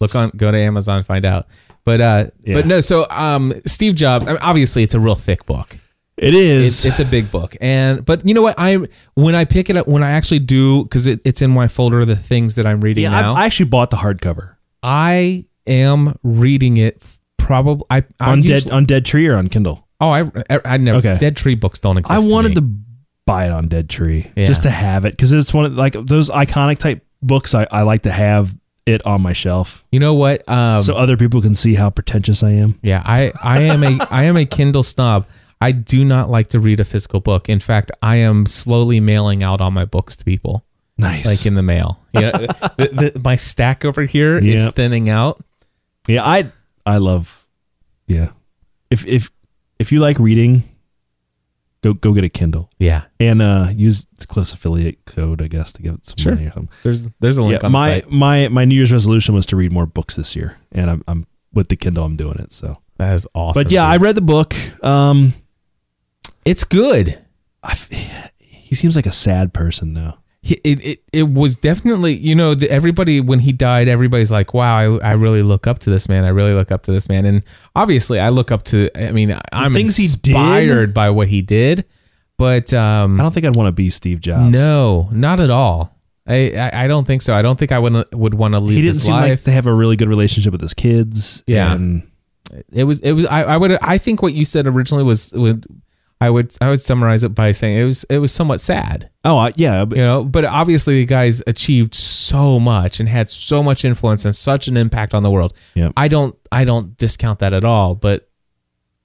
S1: look on, go to Amazon, find out. But uh,
S4: Ah, Yeah.
S1: but no. So um, Steve Jobs. I mean, obviously, it's a real thick book.
S4: It
S1: It's,
S4: is.
S1: it's a big book, and but you know what? I'm when I pick it up, when I actually do, because it, it's in my folder of the things that I'm reading
S4: yeah,
S1: now.
S4: I, I actually bought the hardcover
S1: I am reading it. Probably, I, I
S4: on dead
S1: usually-
S4: on Dead Tree or on Kindle.
S1: Oh, I I, I never.
S4: Okay.
S1: Dead tree books don't exist.
S4: I
S1: to
S4: wanted
S1: me.
S4: to buy it on Dead Tree
S1: Yeah.
S4: just to have it because it's one of like those iconic type books. I, I like to have it on my shelf
S1: You know what? Um,
S4: so other people can see how pretentious I am.
S1: Yeah, I I am a I am a Kindle snob. I do not like to read a physical book. In fact, I am slowly mailing out all my books to people,
S4: Nice.
S1: like in the mail. Yeah, the, the, my stack over here is
S4: Yep.
S1: thinning out.
S4: yeah, I I love. Yeah, if if if you like reading, go go get a Kindle
S1: Yeah,
S4: and uh use the close affiliate code I guess to give it some
S1: Sure.
S4: money or something.
S1: there's there's a link
S4: Yeah,
S1: on
S4: my
S1: the site.
S4: my my New Year's resolution was to read more books this year, and I'm I'm with the Kindle. I'm doing it so.
S1: That is awesome.
S4: But yeah, I
S1: dude.
S4: read the book. Um,
S1: it's good.
S4: I f- he seems like a sad person though.
S1: He- It, it it was definitely you know the, everybody when he died everybody's like wow I, I really look up to this man I really look up to this man and obviously I look up to I mean I'm
S4: things he did?
S1: inspired by what he did but um
S4: I don't think I'd want to be Steve Jobs.
S1: No, not at all. I, I, I don't think so. I don't think I would would want to leave
S4: he didn't
S1: his
S4: seem
S1: life.
S4: like they have a really good relationship with his kids.
S1: Yeah.
S4: and
S1: it was it was I, I would I think what you said originally was would I would I would summarize it by saying it was it was somewhat sad,
S4: Oh, I, yeah. but-
S1: you know. But obviously, the guys achieved so much and had so much influence and such an impact on the world.
S4: Yep.
S1: I don't I don't discount that at all. But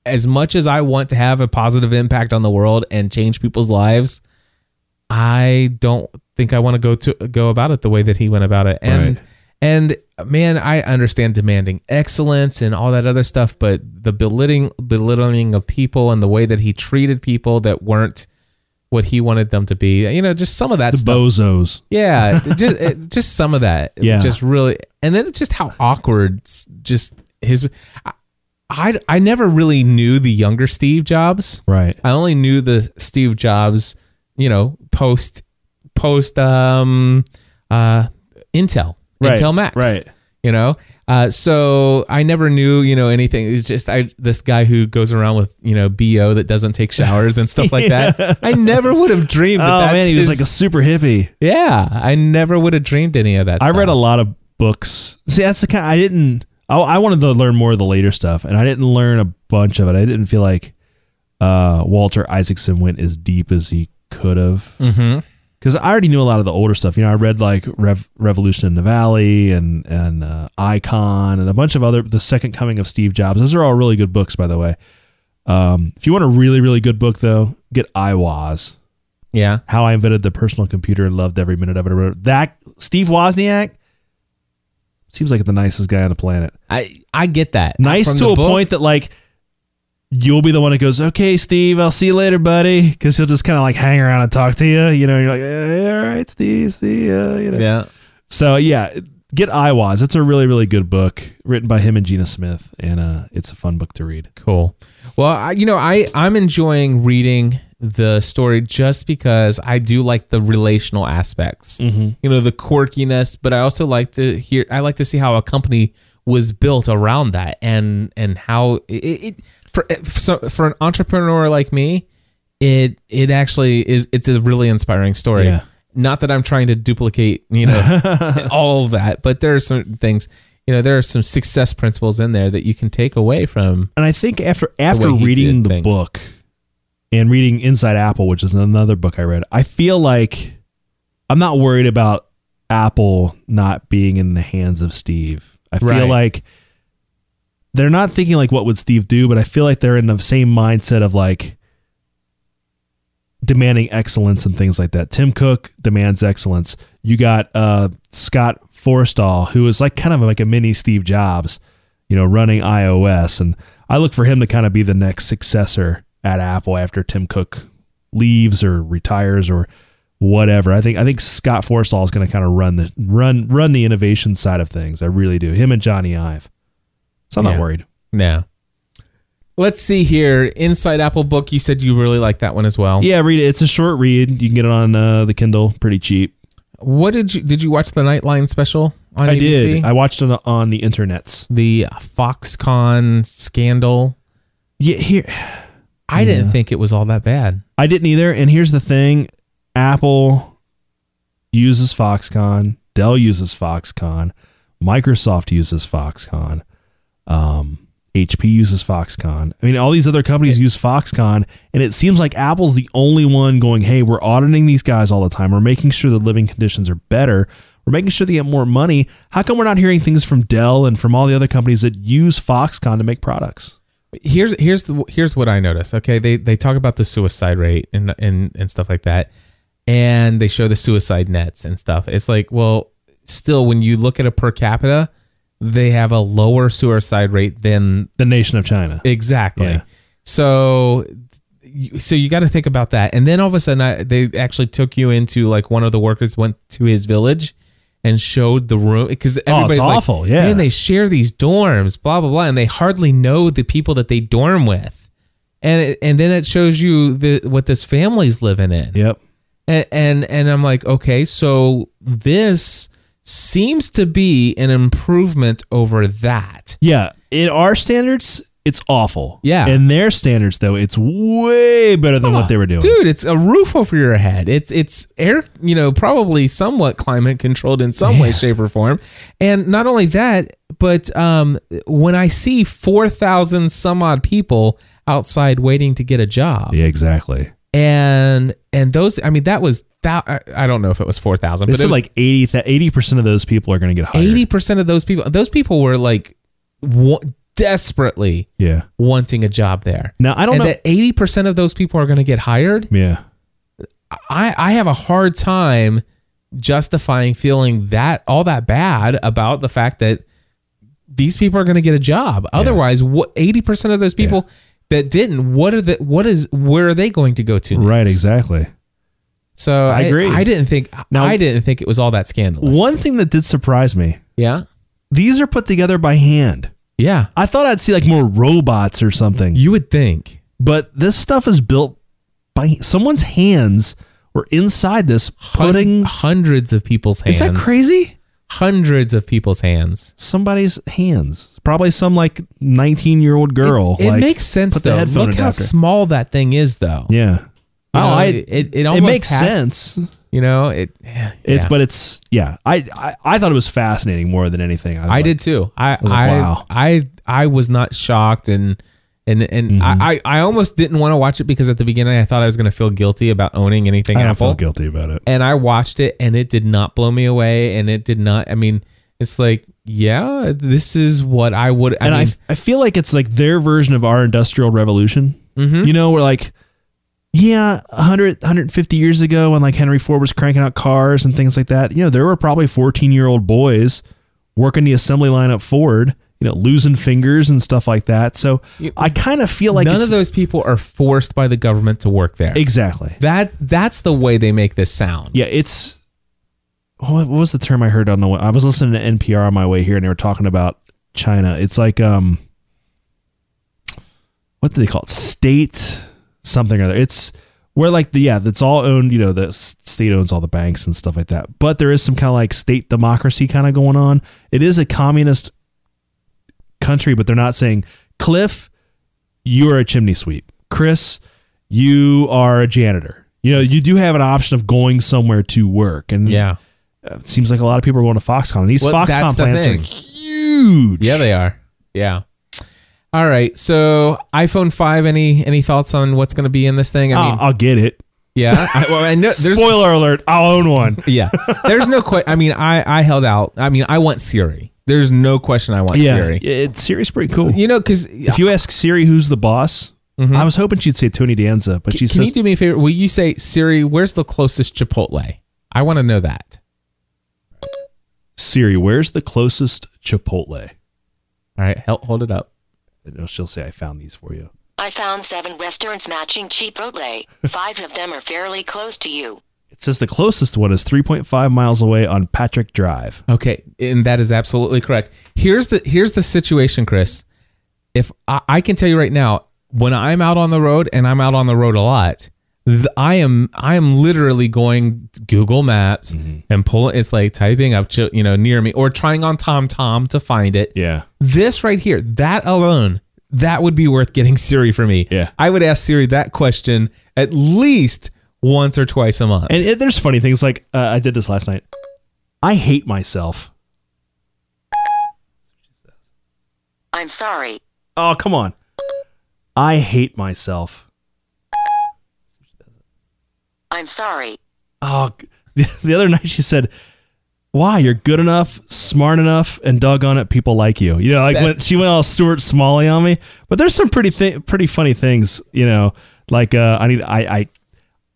S1: as much as I want to have a positive impact on the world and change people's lives, I don't think I want to go to go about it the way that he went about it. And
S4: Right.
S1: and man, I understand demanding excellence and all that other stuff, but the belittling belittling of people and the way that he treated people that weren't what he wanted them to be, you know, just some of that
S4: The
S1: stuff.
S4: bozos. [laughs]
S1: Yeah, just it, just some of that.
S4: Yeah.
S1: just really, and then it's just how awkward. s- Just his, I, I, I never really knew the younger Steve Jobs.
S4: Right.
S1: I only knew the Steve Jobs, you know, post post um uh Intel,
S4: Right,
S1: Intel Max,
S4: right.
S1: You know, uh, so I never knew, you know, anything. It's just I this guy who goes around with you know bo that doesn't take showers and stuff like
S4: [laughs]
S1: that. I never would have dreamed. That
S4: oh
S1: that's
S4: man, he was
S1: his-
S4: like a super hippie.
S1: yeah, I never would have dreamed any of that.
S4: I
S1: stuff.
S4: read a lot of books. See, that's the kind I didn't. I, I wanted to learn more of the later stuff, and I didn't learn a bunch of it. I didn't feel like uh, Walter Isaacson went as deep as he could have,
S1: Mhm.
S4: because I already knew a lot of the older stuff. You know, I read like Rev- Revolution in the Valley and and uh, Icon and a bunch of other The Second Coming of Steve Jobs. Those are all really good books, by the way. Um, if you want a really really good book though, get IWAS.
S1: Yeah,
S4: How I Invented the Personal Computer and Loved Every Minute of It. or whatever. That Steve Wozniak seems like the nicest guy on the planet.
S1: I I get that.
S4: Nice
S1: From
S4: to
S1: the
S4: a
S1: book,
S4: point that like you'll be the one that goes, "Okay, Steve, I'll see you later, buddy," because he'll just kind of like hang around and talk to you. You know, you're like, eh, "All right, Steve, see ya," you know.
S1: Yeah,
S4: So yeah, get IWAS. It's a really really good book written by him and Gina Smith, and uh, it's a fun book to read.
S1: cool. Well, I, you know, I I'm enjoying reading the story just because I do like the relational aspects. You know, the quirkiness, but I also like to hear. I like to see how a company was built around that, and and how it, it for for, so, for an entrepreneur like me, it it actually is. It's a really inspiring story.
S4: Yeah.
S1: Not that I'm trying to duplicate, you know, all of that. But there are certain things, you know, there are some success principles in there that you can take away from.
S4: and I think after after
S1: way he
S4: reading
S1: did
S4: the
S1: things.
S4: book and reading Inside Apple, which is another book I read, I feel like I'm not worried about Apple not being in the hands of Steve. I feel
S1: Right.
S4: like they're not thinking like what would Steve do, but I feel like they're in the same mindset of like demanding excellence and things like that. Tim Cook demands excellence. You got uh, Scott Forstall, who is like kind of like a mini Steve Jobs, you know, running iOS. And I look for him to kind of be the next successor at Apple after Tim Cook leaves or retires or whatever. I think I think Scott Forstall is going to kind of run the run run the innovation side of things. I really do. Him and Johnny Ive. So I'm
S1: Yeah.
S4: not worried.
S1: No. Let's see here. Inside Apple Book, you said you really like that one as well.
S4: Yeah, read it. It's a short read. You can get it on uh, the Kindle, pretty cheap.
S1: What did you did you watch the Nightline special on
S4: I
S1: ABC?
S4: did. I watched it on the internets.
S1: the Foxconn scandal.
S4: Yeah, here
S1: I didn't think it was all that bad.
S4: I didn't either. And here's the thing: Apple uses Foxconn, Dell uses Foxconn, Microsoft uses Foxconn, um, HP uses Foxconn. I mean, all these other companies use Foxconn, and it seems like Apple's the only one going, "Hey, we're auditing these guys all the time. We're making sure the living conditions are better." We're making sure they get more money. How come we're not hearing things from Dell and from all the other companies that use Foxconn to make products?
S1: here's here's the, here's what I noticed. Okay, they they talk about the suicide rate and and and stuff like that, and they show the suicide nets and stuff. It's like, well, still, when you look at a per capita, they have a lower suicide rate than
S4: The nation of China.
S1: Exactly.
S4: Yeah.
S1: So, you- so you got to think about that. And then all of a sudden, I, they actually took you into like one of the workers went to his village and showed the room because everybody's like,
S4: Oh, awful, yeah.
S1: man, they share these dorms, blah blah blah, and they hardly know the people that they dorm with. And it, and then it shows you the what this family's living in.
S4: Yep.
S1: And, and and I'm like, okay, so this seems to be an improvement over that.
S4: Yeah. In our standards, it's awful.
S1: Yeah.
S4: In their standards, though, it's way better than what they were doing.
S1: Dude, it's a roof over your head. It's it's air, you know, probably somewhat climate controlled in some way, shape, or form. And not only that, but um, when I see four thousand some odd people outside waiting to get a job.
S4: Yeah, exactly.
S1: And and those I mean that was that I, I don't know if it was 4000
S4: They
S1: but it
S4: said
S1: was
S4: like 80 percent of those people are going to get hired.
S1: 80% of those people those people were like wa- desperately
S4: Yeah.
S1: wanting a job there.
S4: Now I don't
S1: and
S4: know.
S1: that eighty percent of those people are going to get hired.
S4: yeah.
S1: I I have a hard time justifying feeling that all that bad about the fact that these people are going to get a job. Otherwise, what eighty percent of those people that didn't, what are the what is where are they going to go to? next?
S4: Right. Exactly.
S1: So
S4: I
S1: I,
S4: agree.
S1: agree. I didn't think
S4: Now-
S1: I didn't think it was all that scandalous.
S4: One thing that did surprise me:
S1: yeah,
S4: these are put together by hand.
S1: yeah.
S4: I thought I'd see like more robots or something,
S1: You would think
S4: but this stuff is built by someone's hands were inside this putting.
S1: Hun- hundreds of people's hands.
S4: Is that crazy?
S1: Hundreds of people's hands.
S4: Somebody's hands, probably some like nineteen-year-old girl.
S1: It
S4: like,
S1: makes sense
S4: put the
S1: though.
S4: headphone
S1: Look how
S4: adapter.
S1: small that thing is though.
S4: Yeah.
S1: You
S4: oh,
S1: know,
S4: I.
S1: it, it,
S4: It,
S1: almost
S4: makes
S1: has-
S4: sense.
S1: You know, it [sighs] yeah.
S4: It's but it's yeah. I, I I thought it was fascinating more than anything. was
S1: I
S4: like,
S1: did too. I I,
S4: was like,
S1: I,
S4: wow.
S1: I was not shocked and and and
S4: Mm-hmm.
S1: I, I I almost didn't want to watch it because at the beginning I thought I was going to feel guilty about owning anything
S4: I don't
S1: Apple.
S4: feel guilty about it.
S1: And I watched it and it did not blow me away and it did not I mean, it's like, yeah, this is what I would I
S4: and
S1: mean,
S4: I, I feel like it's like their version of our industrial revolution.
S1: Mm-hmm.
S4: You know, we're like, yeah, 100, 150 years ago when like Henry Ford was cranking out cars and things like that, you know, there were probably 14 year old boys working the assembly line at Ford, you know, losing fingers and stuff like that. So I kind of feel like
S1: none
S4: it's-
S1: of those people are forced by the government to work there.
S4: Exactly.
S1: that that's the way they make this sound.
S4: Yeah, it's. What what was the term I heard on the way? I was listening to NPR on my way here, and they were talking about China. It's like um, what do they call it? State something or other. It's where like the yeah, that's all owned. You know, the s- state owns all the banks and stuff like that. But there is some kind of like state democracy kind of going on. It is a communist country, but they're not saying Cliff, you are a chimney sweep. Chris, you are a janitor. You know, you do have an option of going somewhere to work, and
S1: Yeah.
S4: it seems like a lot of people are going to Foxconn. And these
S1: Well, that's
S4: Foxconn
S1: the
S4: plants
S1: thing.
S4: are huge.
S1: Yeah, they are. Yeah. All right. So iPhone five. Any any thoughts on what's going to be in this thing? I
S4: I'll,
S1: mean,
S4: Ah, I'll get it.
S1: yeah. I, well, I know there's
S4: Spoiler alert! I'll
S1: [laughs]
S4: own one.
S1: yeah. There's no question. I mean, I I held out. I mean, I want Siri. There's no question. I want Siri.
S4: it, Siri's pretty cool.
S1: You know, because
S4: if you ask Siri who's the boss, I was hoping she'd say Tony Danza, but she
S1: Mm-hmm. can you
S4: says
S1: do me a favor? Will you say Siri? Where's the closest Chipotle? I want to know that.
S4: Siri, where's the closest Chipotle?
S1: All right. Help hold it up.
S4: And she'll say, "I found these for you."
S5: I found seven restaurants matching Chipotle. Five of them are fairly close to you.
S4: It says the closest one is 3.5 miles away on Patrick Drive.
S1: Okay, and that is absolutely correct. Here's the here's the situation, Chris. If I, I can tell you right now, when I'm out on the road and I'm out on the road a lot, th- I am I am literally going to Google Maps
S4: Mm-hmm.
S1: and pull it's like typing up chi- you know near me or trying on TomTom to find it.
S4: Yeah.
S1: This right here, that alone, that would be worth getting Siri for me.
S4: Yeah.
S1: I would ask Siri that question at least once or twice a month.
S4: And it, there's funny things like uh, I did this last night. I hate myself.
S5: I'm sorry.
S4: Oh, come on. I hate myself.
S5: I'm sorry.
S4: Oh, g- the, [laughs] the other night she said, "Why you're good enough, smart enough, and doggone it, people like you." You know, like
S1: That-
S4: when she went all Stuart Smalley on me. But there's some pretty thi- pretty funny things. You know, like uh, I need I. I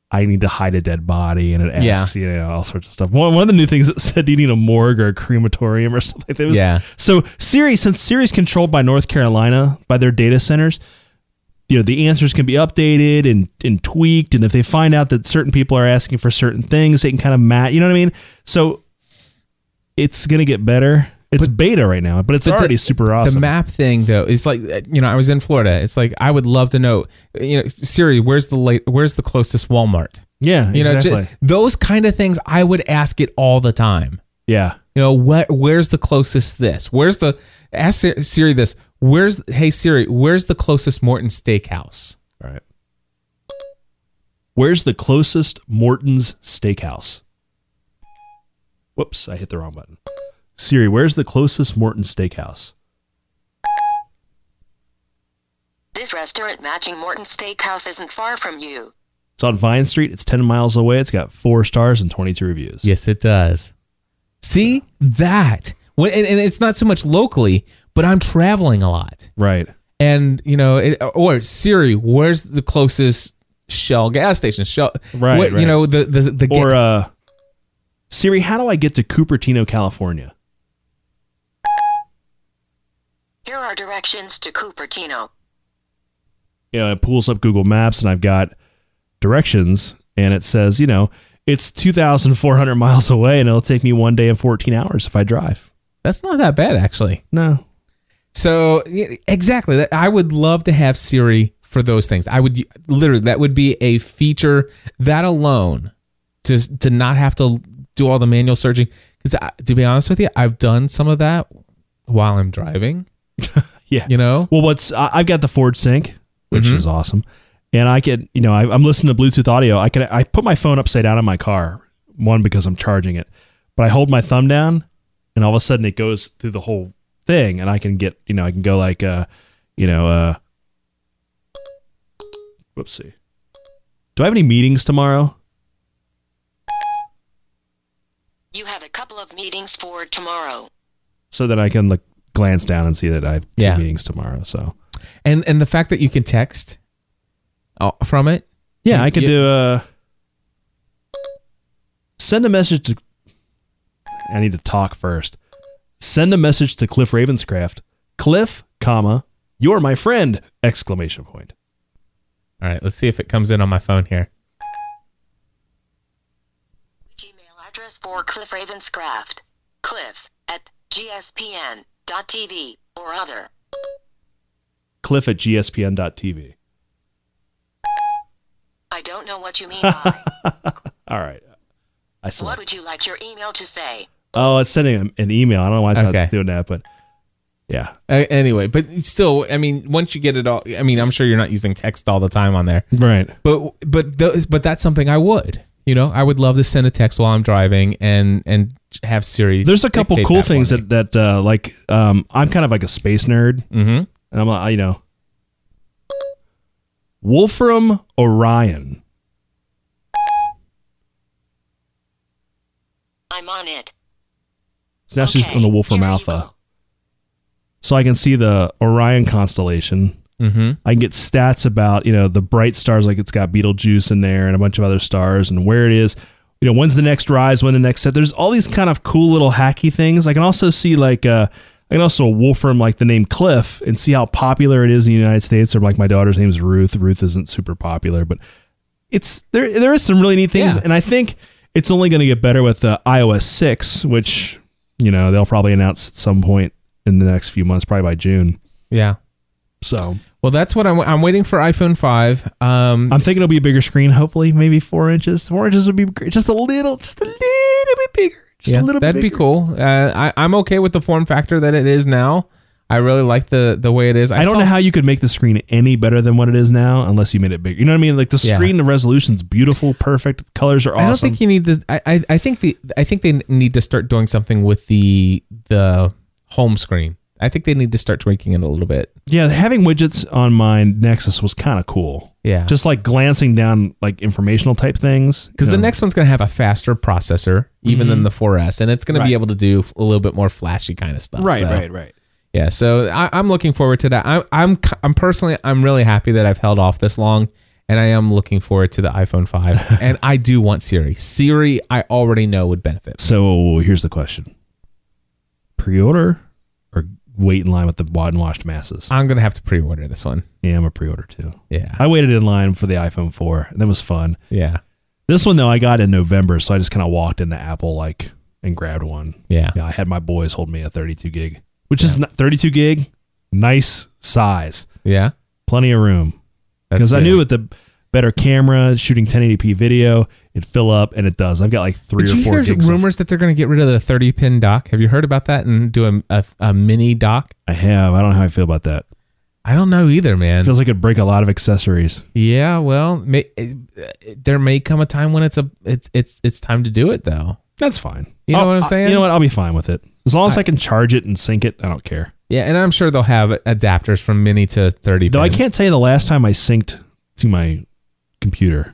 S4: I need to hide a dead body, and it asks you know all sorts of stuff. One, one of the new things it said, "Do you need a morgue or a crematorium or something?" It was,
S1: Yeah.
S4: So Siri, since Siri's controlled by North Carolina by their data centers, you know the answers can be updated and and tweaked and if they find out that certain people are asking for certain things they can kind of match you know what i mean so it's gonna get better it's beta right now but it's
S1: But the-
S4: already super awesome
S1: The map thing though is like uh, you know I was in Florida. It's like I would love to know you know Siri, where's the late, where's the closest Walmart?
S4: yeah
S1: You
S4: exactly
S1: know ju- those kind of things I would ask it all the time.
S4: yeah
S1: You know what? Where's the closest this? Where's the ask Si- Siri this? Where's hey Siri? Where's the closest Morton Steakhouse?
S4: all right where's the closest morton's steakhouse whoops i hit the wrong button siri where's the closest morton steakhouse
S5: This His restaurant matching Morton's Steakhouse isn't far from you.
S4: It's on Vine Street. It's 10 miles away. It's got four stars and 22 reviews.
S1: Yes, it does. See that? When, and, and it's not so much locally, but I'm traveling a lot.
S4: Right.
S1: And, you know, it, or Siri, where's the closest Shell gas station? Shell,
S4: Right,
S1: what-
S4: right.
S1: You know, the, the, the, ga-
S4: Or uh, Siri, how do I get to Cupertino, California?
S5: Here are directions to Cupertino.
S4: you know, it pulls up Google Maps and I've got directions and it says, you know, it's 2,400 miles away and it'll take me one day and 14 hours if I drive.
S1: that's not that bad, actually.
S4: No.
S1: So yeah, exactly, That- I would love to have Siri for those things. I would literally that would be a feature that alone, just to not have to do all the manual searching. Because to be honest with you, I've done some of that while I'm driving.
S4: [laughs] Yeah.
S1: You know,
S4: Well, what's, I, I've got the Ford Sync, which is awesome. And I can, you know, I, I'm listening to Bluetooth audio. I can, I put my phone upside down in my car, one, because I'm charging it, but I hold my thumb down and all of a sudden it goes through the whole thing and I can get, you know, I can go like, uh, you know, uh, whoopsie. Do I have any meetings tomorrow?
S5: You have a couple of meetings for tomorrow.
S4: so that I can like glance down and see that I have two
S1: Yeah.
S4: meetings tomorrow. So
S1: and and the fact that you can text uh, from it.
S4: yeah, I could
S1: you-
S4: do a send a message to. I need to talk first. Send a message to Cliff Ravenscraft. Cliff, comma, you're my friend! Exclamation point.
S1: All right, let's see if it comes in on my phone here.
S5: Gmail address for Cliff Ravenscraft. Cliff at gspn.tv or other.
S4: Cliff at gspn.tv.
S5: I don't know what you mean by.
S4: All right, I
S5: what
S4: select.
S5: would you like your email to say?
S4: Oh, it's sending an- an email. I don't know why it's
S1: Okay.
S4: not doing that, but yeah,
S1: Uh, anyway, but still, I mean, once you get it all, I mean, I'm sure you're not using text all the time on there.
S4: right.
S1: but but those, but that's something I would. You know, I would love to send a text while I'm driving and and have Siri.
S4: There's a couple
S1: dictate
S4: cool
S1: that for
S4: things
S1: me.
S4: that that uh, like um, I'm kind of like a space nerd, mm-hmm. and I'm like you know, Wolfram Orion.
S5: I'm on it.
S4: So now she's
S5: Okay,
S4: on the Wolfram
S5: here you
S4: Alpha,
S5: go.
S4: so I can see the Orion constellation.
S1: Mhm.
S4: I can get stats about you know the bright stars, like it's got Beetlejuice in there and a bunch of other stars, and where it is. You know, when's the next rise? When the next set? There's all these kind of cool little hacky things. I can also see like uh, I can also Wolfram like the name Cliff and see how popular it is in the United States. Or like my daughter's name is Ruth. Ruth isn't super popular, but it's there. There is some really neat things,
S1: Yeah.
S4: and I think it's only going to get better with uh, iOS six, which you know they'll probably announce at some point in the next few months, probably by June.
S1: yeah.
S4: So
S1: Well, that's what I'm. I'm waiting for iPhone five. Um,
S4: I'm thinking it'll be a bigger screen. Hopefully, maybe four inches. Four inches would be great. Just a little, just a little bit bigger. Just
S1: yeah,
S4: a little.
S1: that'd
S4: bit
S1: be
S4: bigger.
S1: cool. Uh, I, I'm okay with the form factor that it is now. I really like the the way it is.
S4: I, don't
S1: saw-
S4: know how you could make the screen any better than what it is now, unless you made it bigger. You know what I mean? Like the
S1: Yeah.
S4: screen, the resolution's beautiful, perfect. The colors are awesome.
S1: I don't think you need the. I, I I think the I think they need to start doing something with the the home screen. I think they need to start tweaking it a little bit.
S4: yeah, having widgets on my Nexus was kind of cool.
S1: Yeah.
S4: just like glancing down like informational type things.
S1: because
S4: you
S1: the
S4: know.
S1: next one's going to have a faster processor even than the 4S, and it's going to be
S4: Mm-hmm. Right.
S1: able to do a little bit more flashy kind of stuff.
S4: right,
S1: So,
S4: right, right.
S1: Yeah, so I, I'm looking forward to that. I'm, I'm, c- I'm personally, I'm really happy that I've held off this long, and I am looking forward to the iPhone
S4: [laughs]
S1: 5. and I do want Siri. Siri, I already know would benefit.
S4: So here's the question: pre-order or wait in line with the bought and washed masses?
S1: I'm going to have to pre-order this one.
S4: yeah, I'm a pre-order too.
S1: Yeah,
S4: I waited in line for the iPhone 4, and that was fun.
S1: yeah,
S4: This one though, I got in November, so I just kind of walked into Apple like and grabbed one.
S1: yeah,
S4: Yeah, I had my boys hold me a 32 gig, which is not, 32 gig, nice size,
S1: yeah.
S4: plenty of room.
S1: That's
S4: Because I
S1: good.
S4: knew with the better camera, shooting 1080p video, it fill up, and it does. I've got like three
S1: Did
S4: or
S1: you
S4: four
S1: hear
S4: gigs. of-
S1: rumors that they're going to get rid of the 30 pin dock? Have you heard about that and do a, a, a mini dock?
S4: I have. I don't know how I feel about that.
S1: I don't know either, man.
S4: feels like it'd break a lot of accessories.
S1: Yeah, well, may, eh, eh, there may come a time when it's a it's it's it's time to do it though.
S4: That's fine.
S1: You know
S4: I'll-
S1: what I'm
S4: I-
S1: saying?
S4: you know what? I'll be fine with it as long as I, can charge it and sync it. I don't care.
S1: Yeah, and I'm sure they'll have adapters from mini to 30.
S4: Though I
S1: pin.
S4: can't tell you the last time I synced to my computer.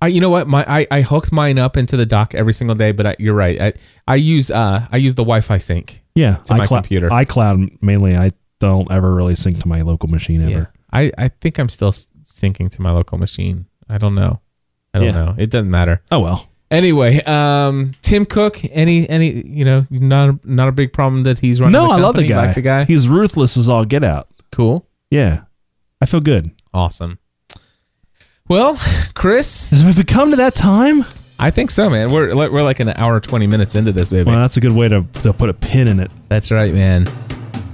S1: I, you know what? My I, I hooked mine up into the dock every single day, but I, you're right. I I use uh I use the Wi-Fi sync.
S4: Yeah,
S1: To my computer.
S4: iCloud mainly. I don't ever really sync to my local machine ever.
S1: I I think I'm still s- syncing to my local machine. I don't know. I don't
S4: Yeah.
S1: know. It doesn't matter.
S4: Oh well.
S1: Anyway, um, Tim Cook, any any you know not a, not a big problem that he's running.
S4: No,
S1: the
S4: I love the
S1: company,
S4: guy.
S1: Like the guy,
S4: He's ruthless as all get out.
S1: cool,
S4: Yeah, I feel good.
S1: awesome. Well, [laughs] Chris,
S4: Have we come to that time?
S1: I think so, man. We're like- we're like an hour twenty minutes into this baby.
S4: Well, that's a good way to, to put a pin in it.
S1: That's right, man.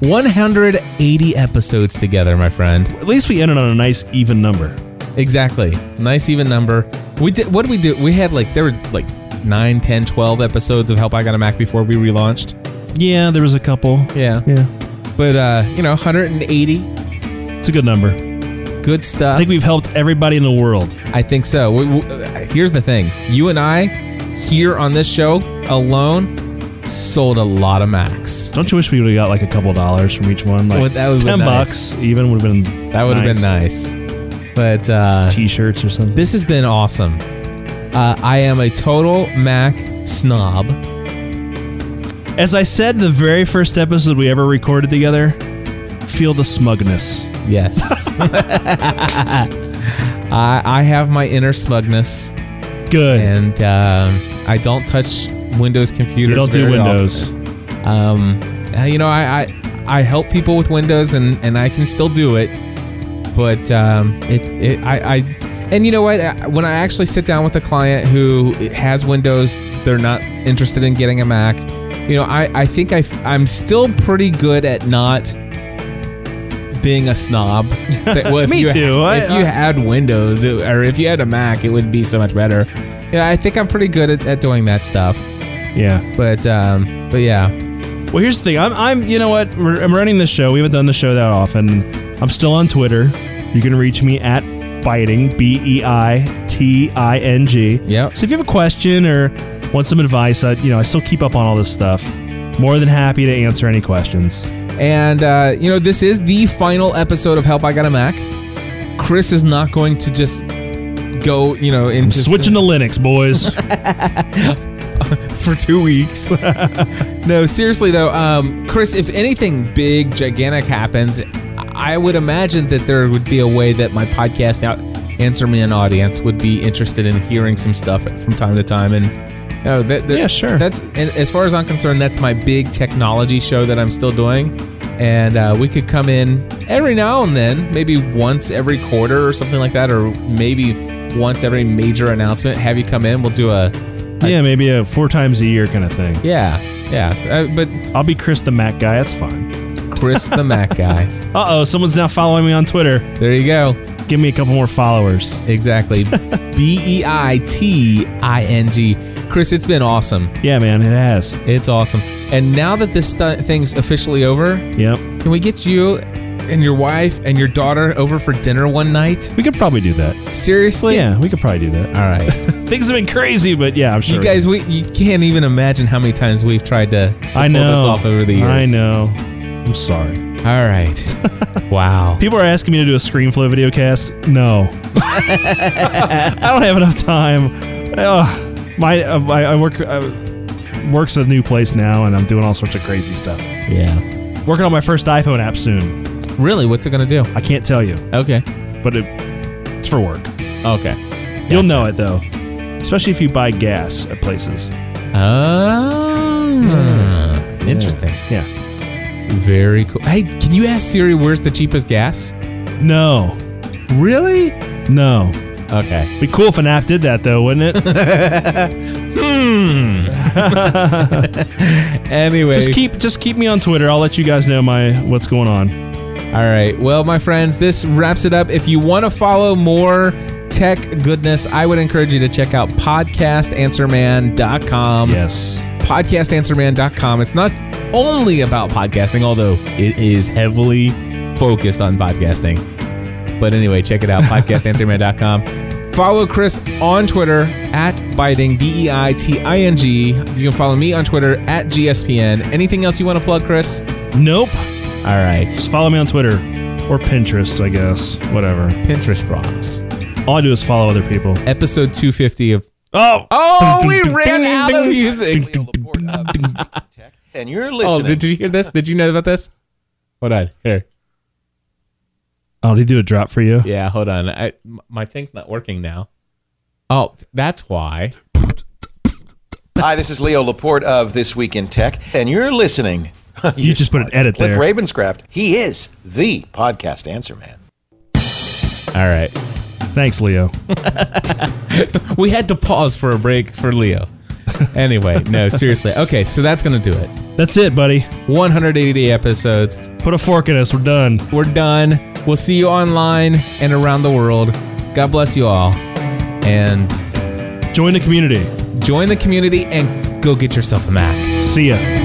S1: One hundred eighty episodes together, my friend.
S4: At least we ended on a nice even number.
S1: Exactly. Nice even number. We did. What did we do? We had like there were like 9, 10, 12 episodes of Help I Got a Mac before we relaunched.
S4: Yeah, there was a couple.
S1: Yeah.
S4: Yeah,
S1: But uh, you know, 180.
S4: it's a good number.
S1: Good stuff.
S4: I think we've helped everybody in the world.
S1: I think so. We, we, uh, here's the thing you and I, here on this show alone, sold a lot of Macs.
S4: Don't you wish we would have got like a couple dollars from each one? Like
S1: Well, that would've
S4: ten
S1: been
S4: bucks even would have been
S1: That would have been nice. But uh,
S4: T-shirts or something.
S1: this has been awesome. Uh, I am a total Mac snob.
S4: As I said, the very first episode we ever recorded together, feel the smugness.
S1: Yes. [laughs] I, I have my inner smugness,
S4: Good.
S1: and um, I don't touch Windows computers.
S4: you don't do
S1: very
S4: Windows.
S1: often. Um, uh, you know, I, I I help people with Windows, and and I can still do it, but um, it it I. I and you know what? I- When I actually sit down with a client who has Windows, they're not interested in getting a Mac. You know, I, I think I, I'm still pretty good at not being a snob.
S4: [laughs]
S1: Say, well, if
S4: Me
S1: you
S4: too. I-
S1: Had, if you
S4: I-
S1: had Windows it- or if you had a Mac, it would be so much better. Yeah, I think I'm pretty good at, at doing that stuff.
S4: Yeah.
S1: But um, but yeah,
S4: Well, here's the thing. I'm, I'm you know what? We're, I'm running this show. We haven't done the show that often. I'm still on Twitter. You can reach me at biting b e i t i n g.
S1: Yep.
S4: So if you have a question or want some advice, I, you know, I still keep up on all this stuff. More than happy to answer any questions.
S1: And, uh, you know, this is the final episode of Help I Got a Mac. Chris is not going to just go, you know, into
S4: Switching to
S1: [laughs]
S4: Linux, boys.
S1: for two weeks. [laughs] no, seriously, though, um, Chris, if anything big, gigantic happens, I would imagine that there would be a way that my podcast out answer me an audience would be interested in hearing some stuff from time to time and you know, that, that-
S4: Yeah, sure.
S1: that's and as far as i'm concerned that's my big technology show that i'm still doing and uh, we could come in every now and then maybe once every quarter or something like that or maybe once every major announcement have you come in we'll do a
S4: yeah, maybe a four times a year kind of thing.
S1: yeah yeah so, uh, but
S4: I'll be Chris the Mac guy. That's fine.
S1: Chris the
S4: [laughs]
S1: Mac guy.
S4: Uh oh, someone's now following me on Twitter.
S1: There you go.
S4: Give me a couple more followers. [laughs]
S1: Exactly. B E I T I N G. Chris, it's been awesome.
S4: Yeah, man, it has.
S1: It's awesome. And now that this stu- thing's officially over,
S4: Yep.
S1: can we get you and your wife and your daughter over for dinner one night?
S4: We could probably do that.
S1: Seriously?
S4: Yeah, we could probably do that. Uh,
S1: All
S4: [laughs]
S1: right.
S4: Things have been crazy, but yeah, I'm sure.
S1: You guys, we you can't even imagine how many times we've tried to, to
S4: I
S1: pull
S4: know.
S1: this off over the years.
S4: I know. I'm sorry.
S1: All
S4: [laughs]
S1: right. wow.
S4: People are asking me to do a ScreenFlow video cast. No, [laughs] I don't have enough time. Ugh. my, uh, I, I work. I, works at a new place now, and I'm doing all sorts of crazy stuff.
S1: Yeah.
S4: Working on my first iPhone app soon.
S1: Really? What's it gonna do?
S4: I can't tell you,
S1: Okay.
S4: but it, it's for work.
S1: Okay.
S4: You'll know it though, especially if you buy gas at places.
S1: Oh. Interesting.
S4: Yeah.
S1: Very cool. Hey, can you ask Siri where's the cheapest gas?
S4: No.
S1: Really?
S4: No.
S1: Okay.
S4: Be cool if an app did that though, wouldn't it? [laughs]
S1: Anyway,
S4: just keep just keep me on Twitter. I'll let you guys know my what's going on.
S1: All right. Well, my friends, this wraps it up. If you want to follow more tech goodness, I would encourage you to check out podcastanswerman.com.
S4: Yes.
S1: podcastanswerman.com. It's not only about podcasting, although it is heavily focused on podcasting. But anyway, check it out, [laughs] podcastanswerman.com. Follow Chris on Twitter at Biting, B E I T I N G. You can follow me on Twitter at GSPN. Anything else you want to plug, Chris?
S4: Nope.
S1: All All right.
S4: Just follow me on Twitter or Pinterest, I guess. Whatever.
S1: Pinterest rocks.
S4: All I do is follow other people.
S1: Episode 250 of
S4: Oh,
S1: Oh, we ran out of music.
S6: And you're
S1: Oh,
S6: listening.
S1: did you hear this? Did you know about this? Hold on. Here.
S4: Oh, did he do a drop for you?
S1: Yeah, hold on. I m- my thing's not working now. Oh, that's why.
S6: Hi, this is Leo Laporte of This Week in Tech, and you're listening.
S4: You just put an edit
S6: Cliff
S4: there.
S6: Ravenscraft, he is the podcast answer man.
S1: All right.
S4: Thanks, Leo.
S1: We had to pause for a break for Leo. Anyway, no, seriously. Okay, so that's going to do it.
S4: That's it, buddy.
S1: 180 episodes.
S4: Put a fork in us. We're done.
S1: We're done. We'll see you online and around the world. God bless you all. And
S4: Join the community.
S1: join the community and go get yourself a Mac.
S4: See ya.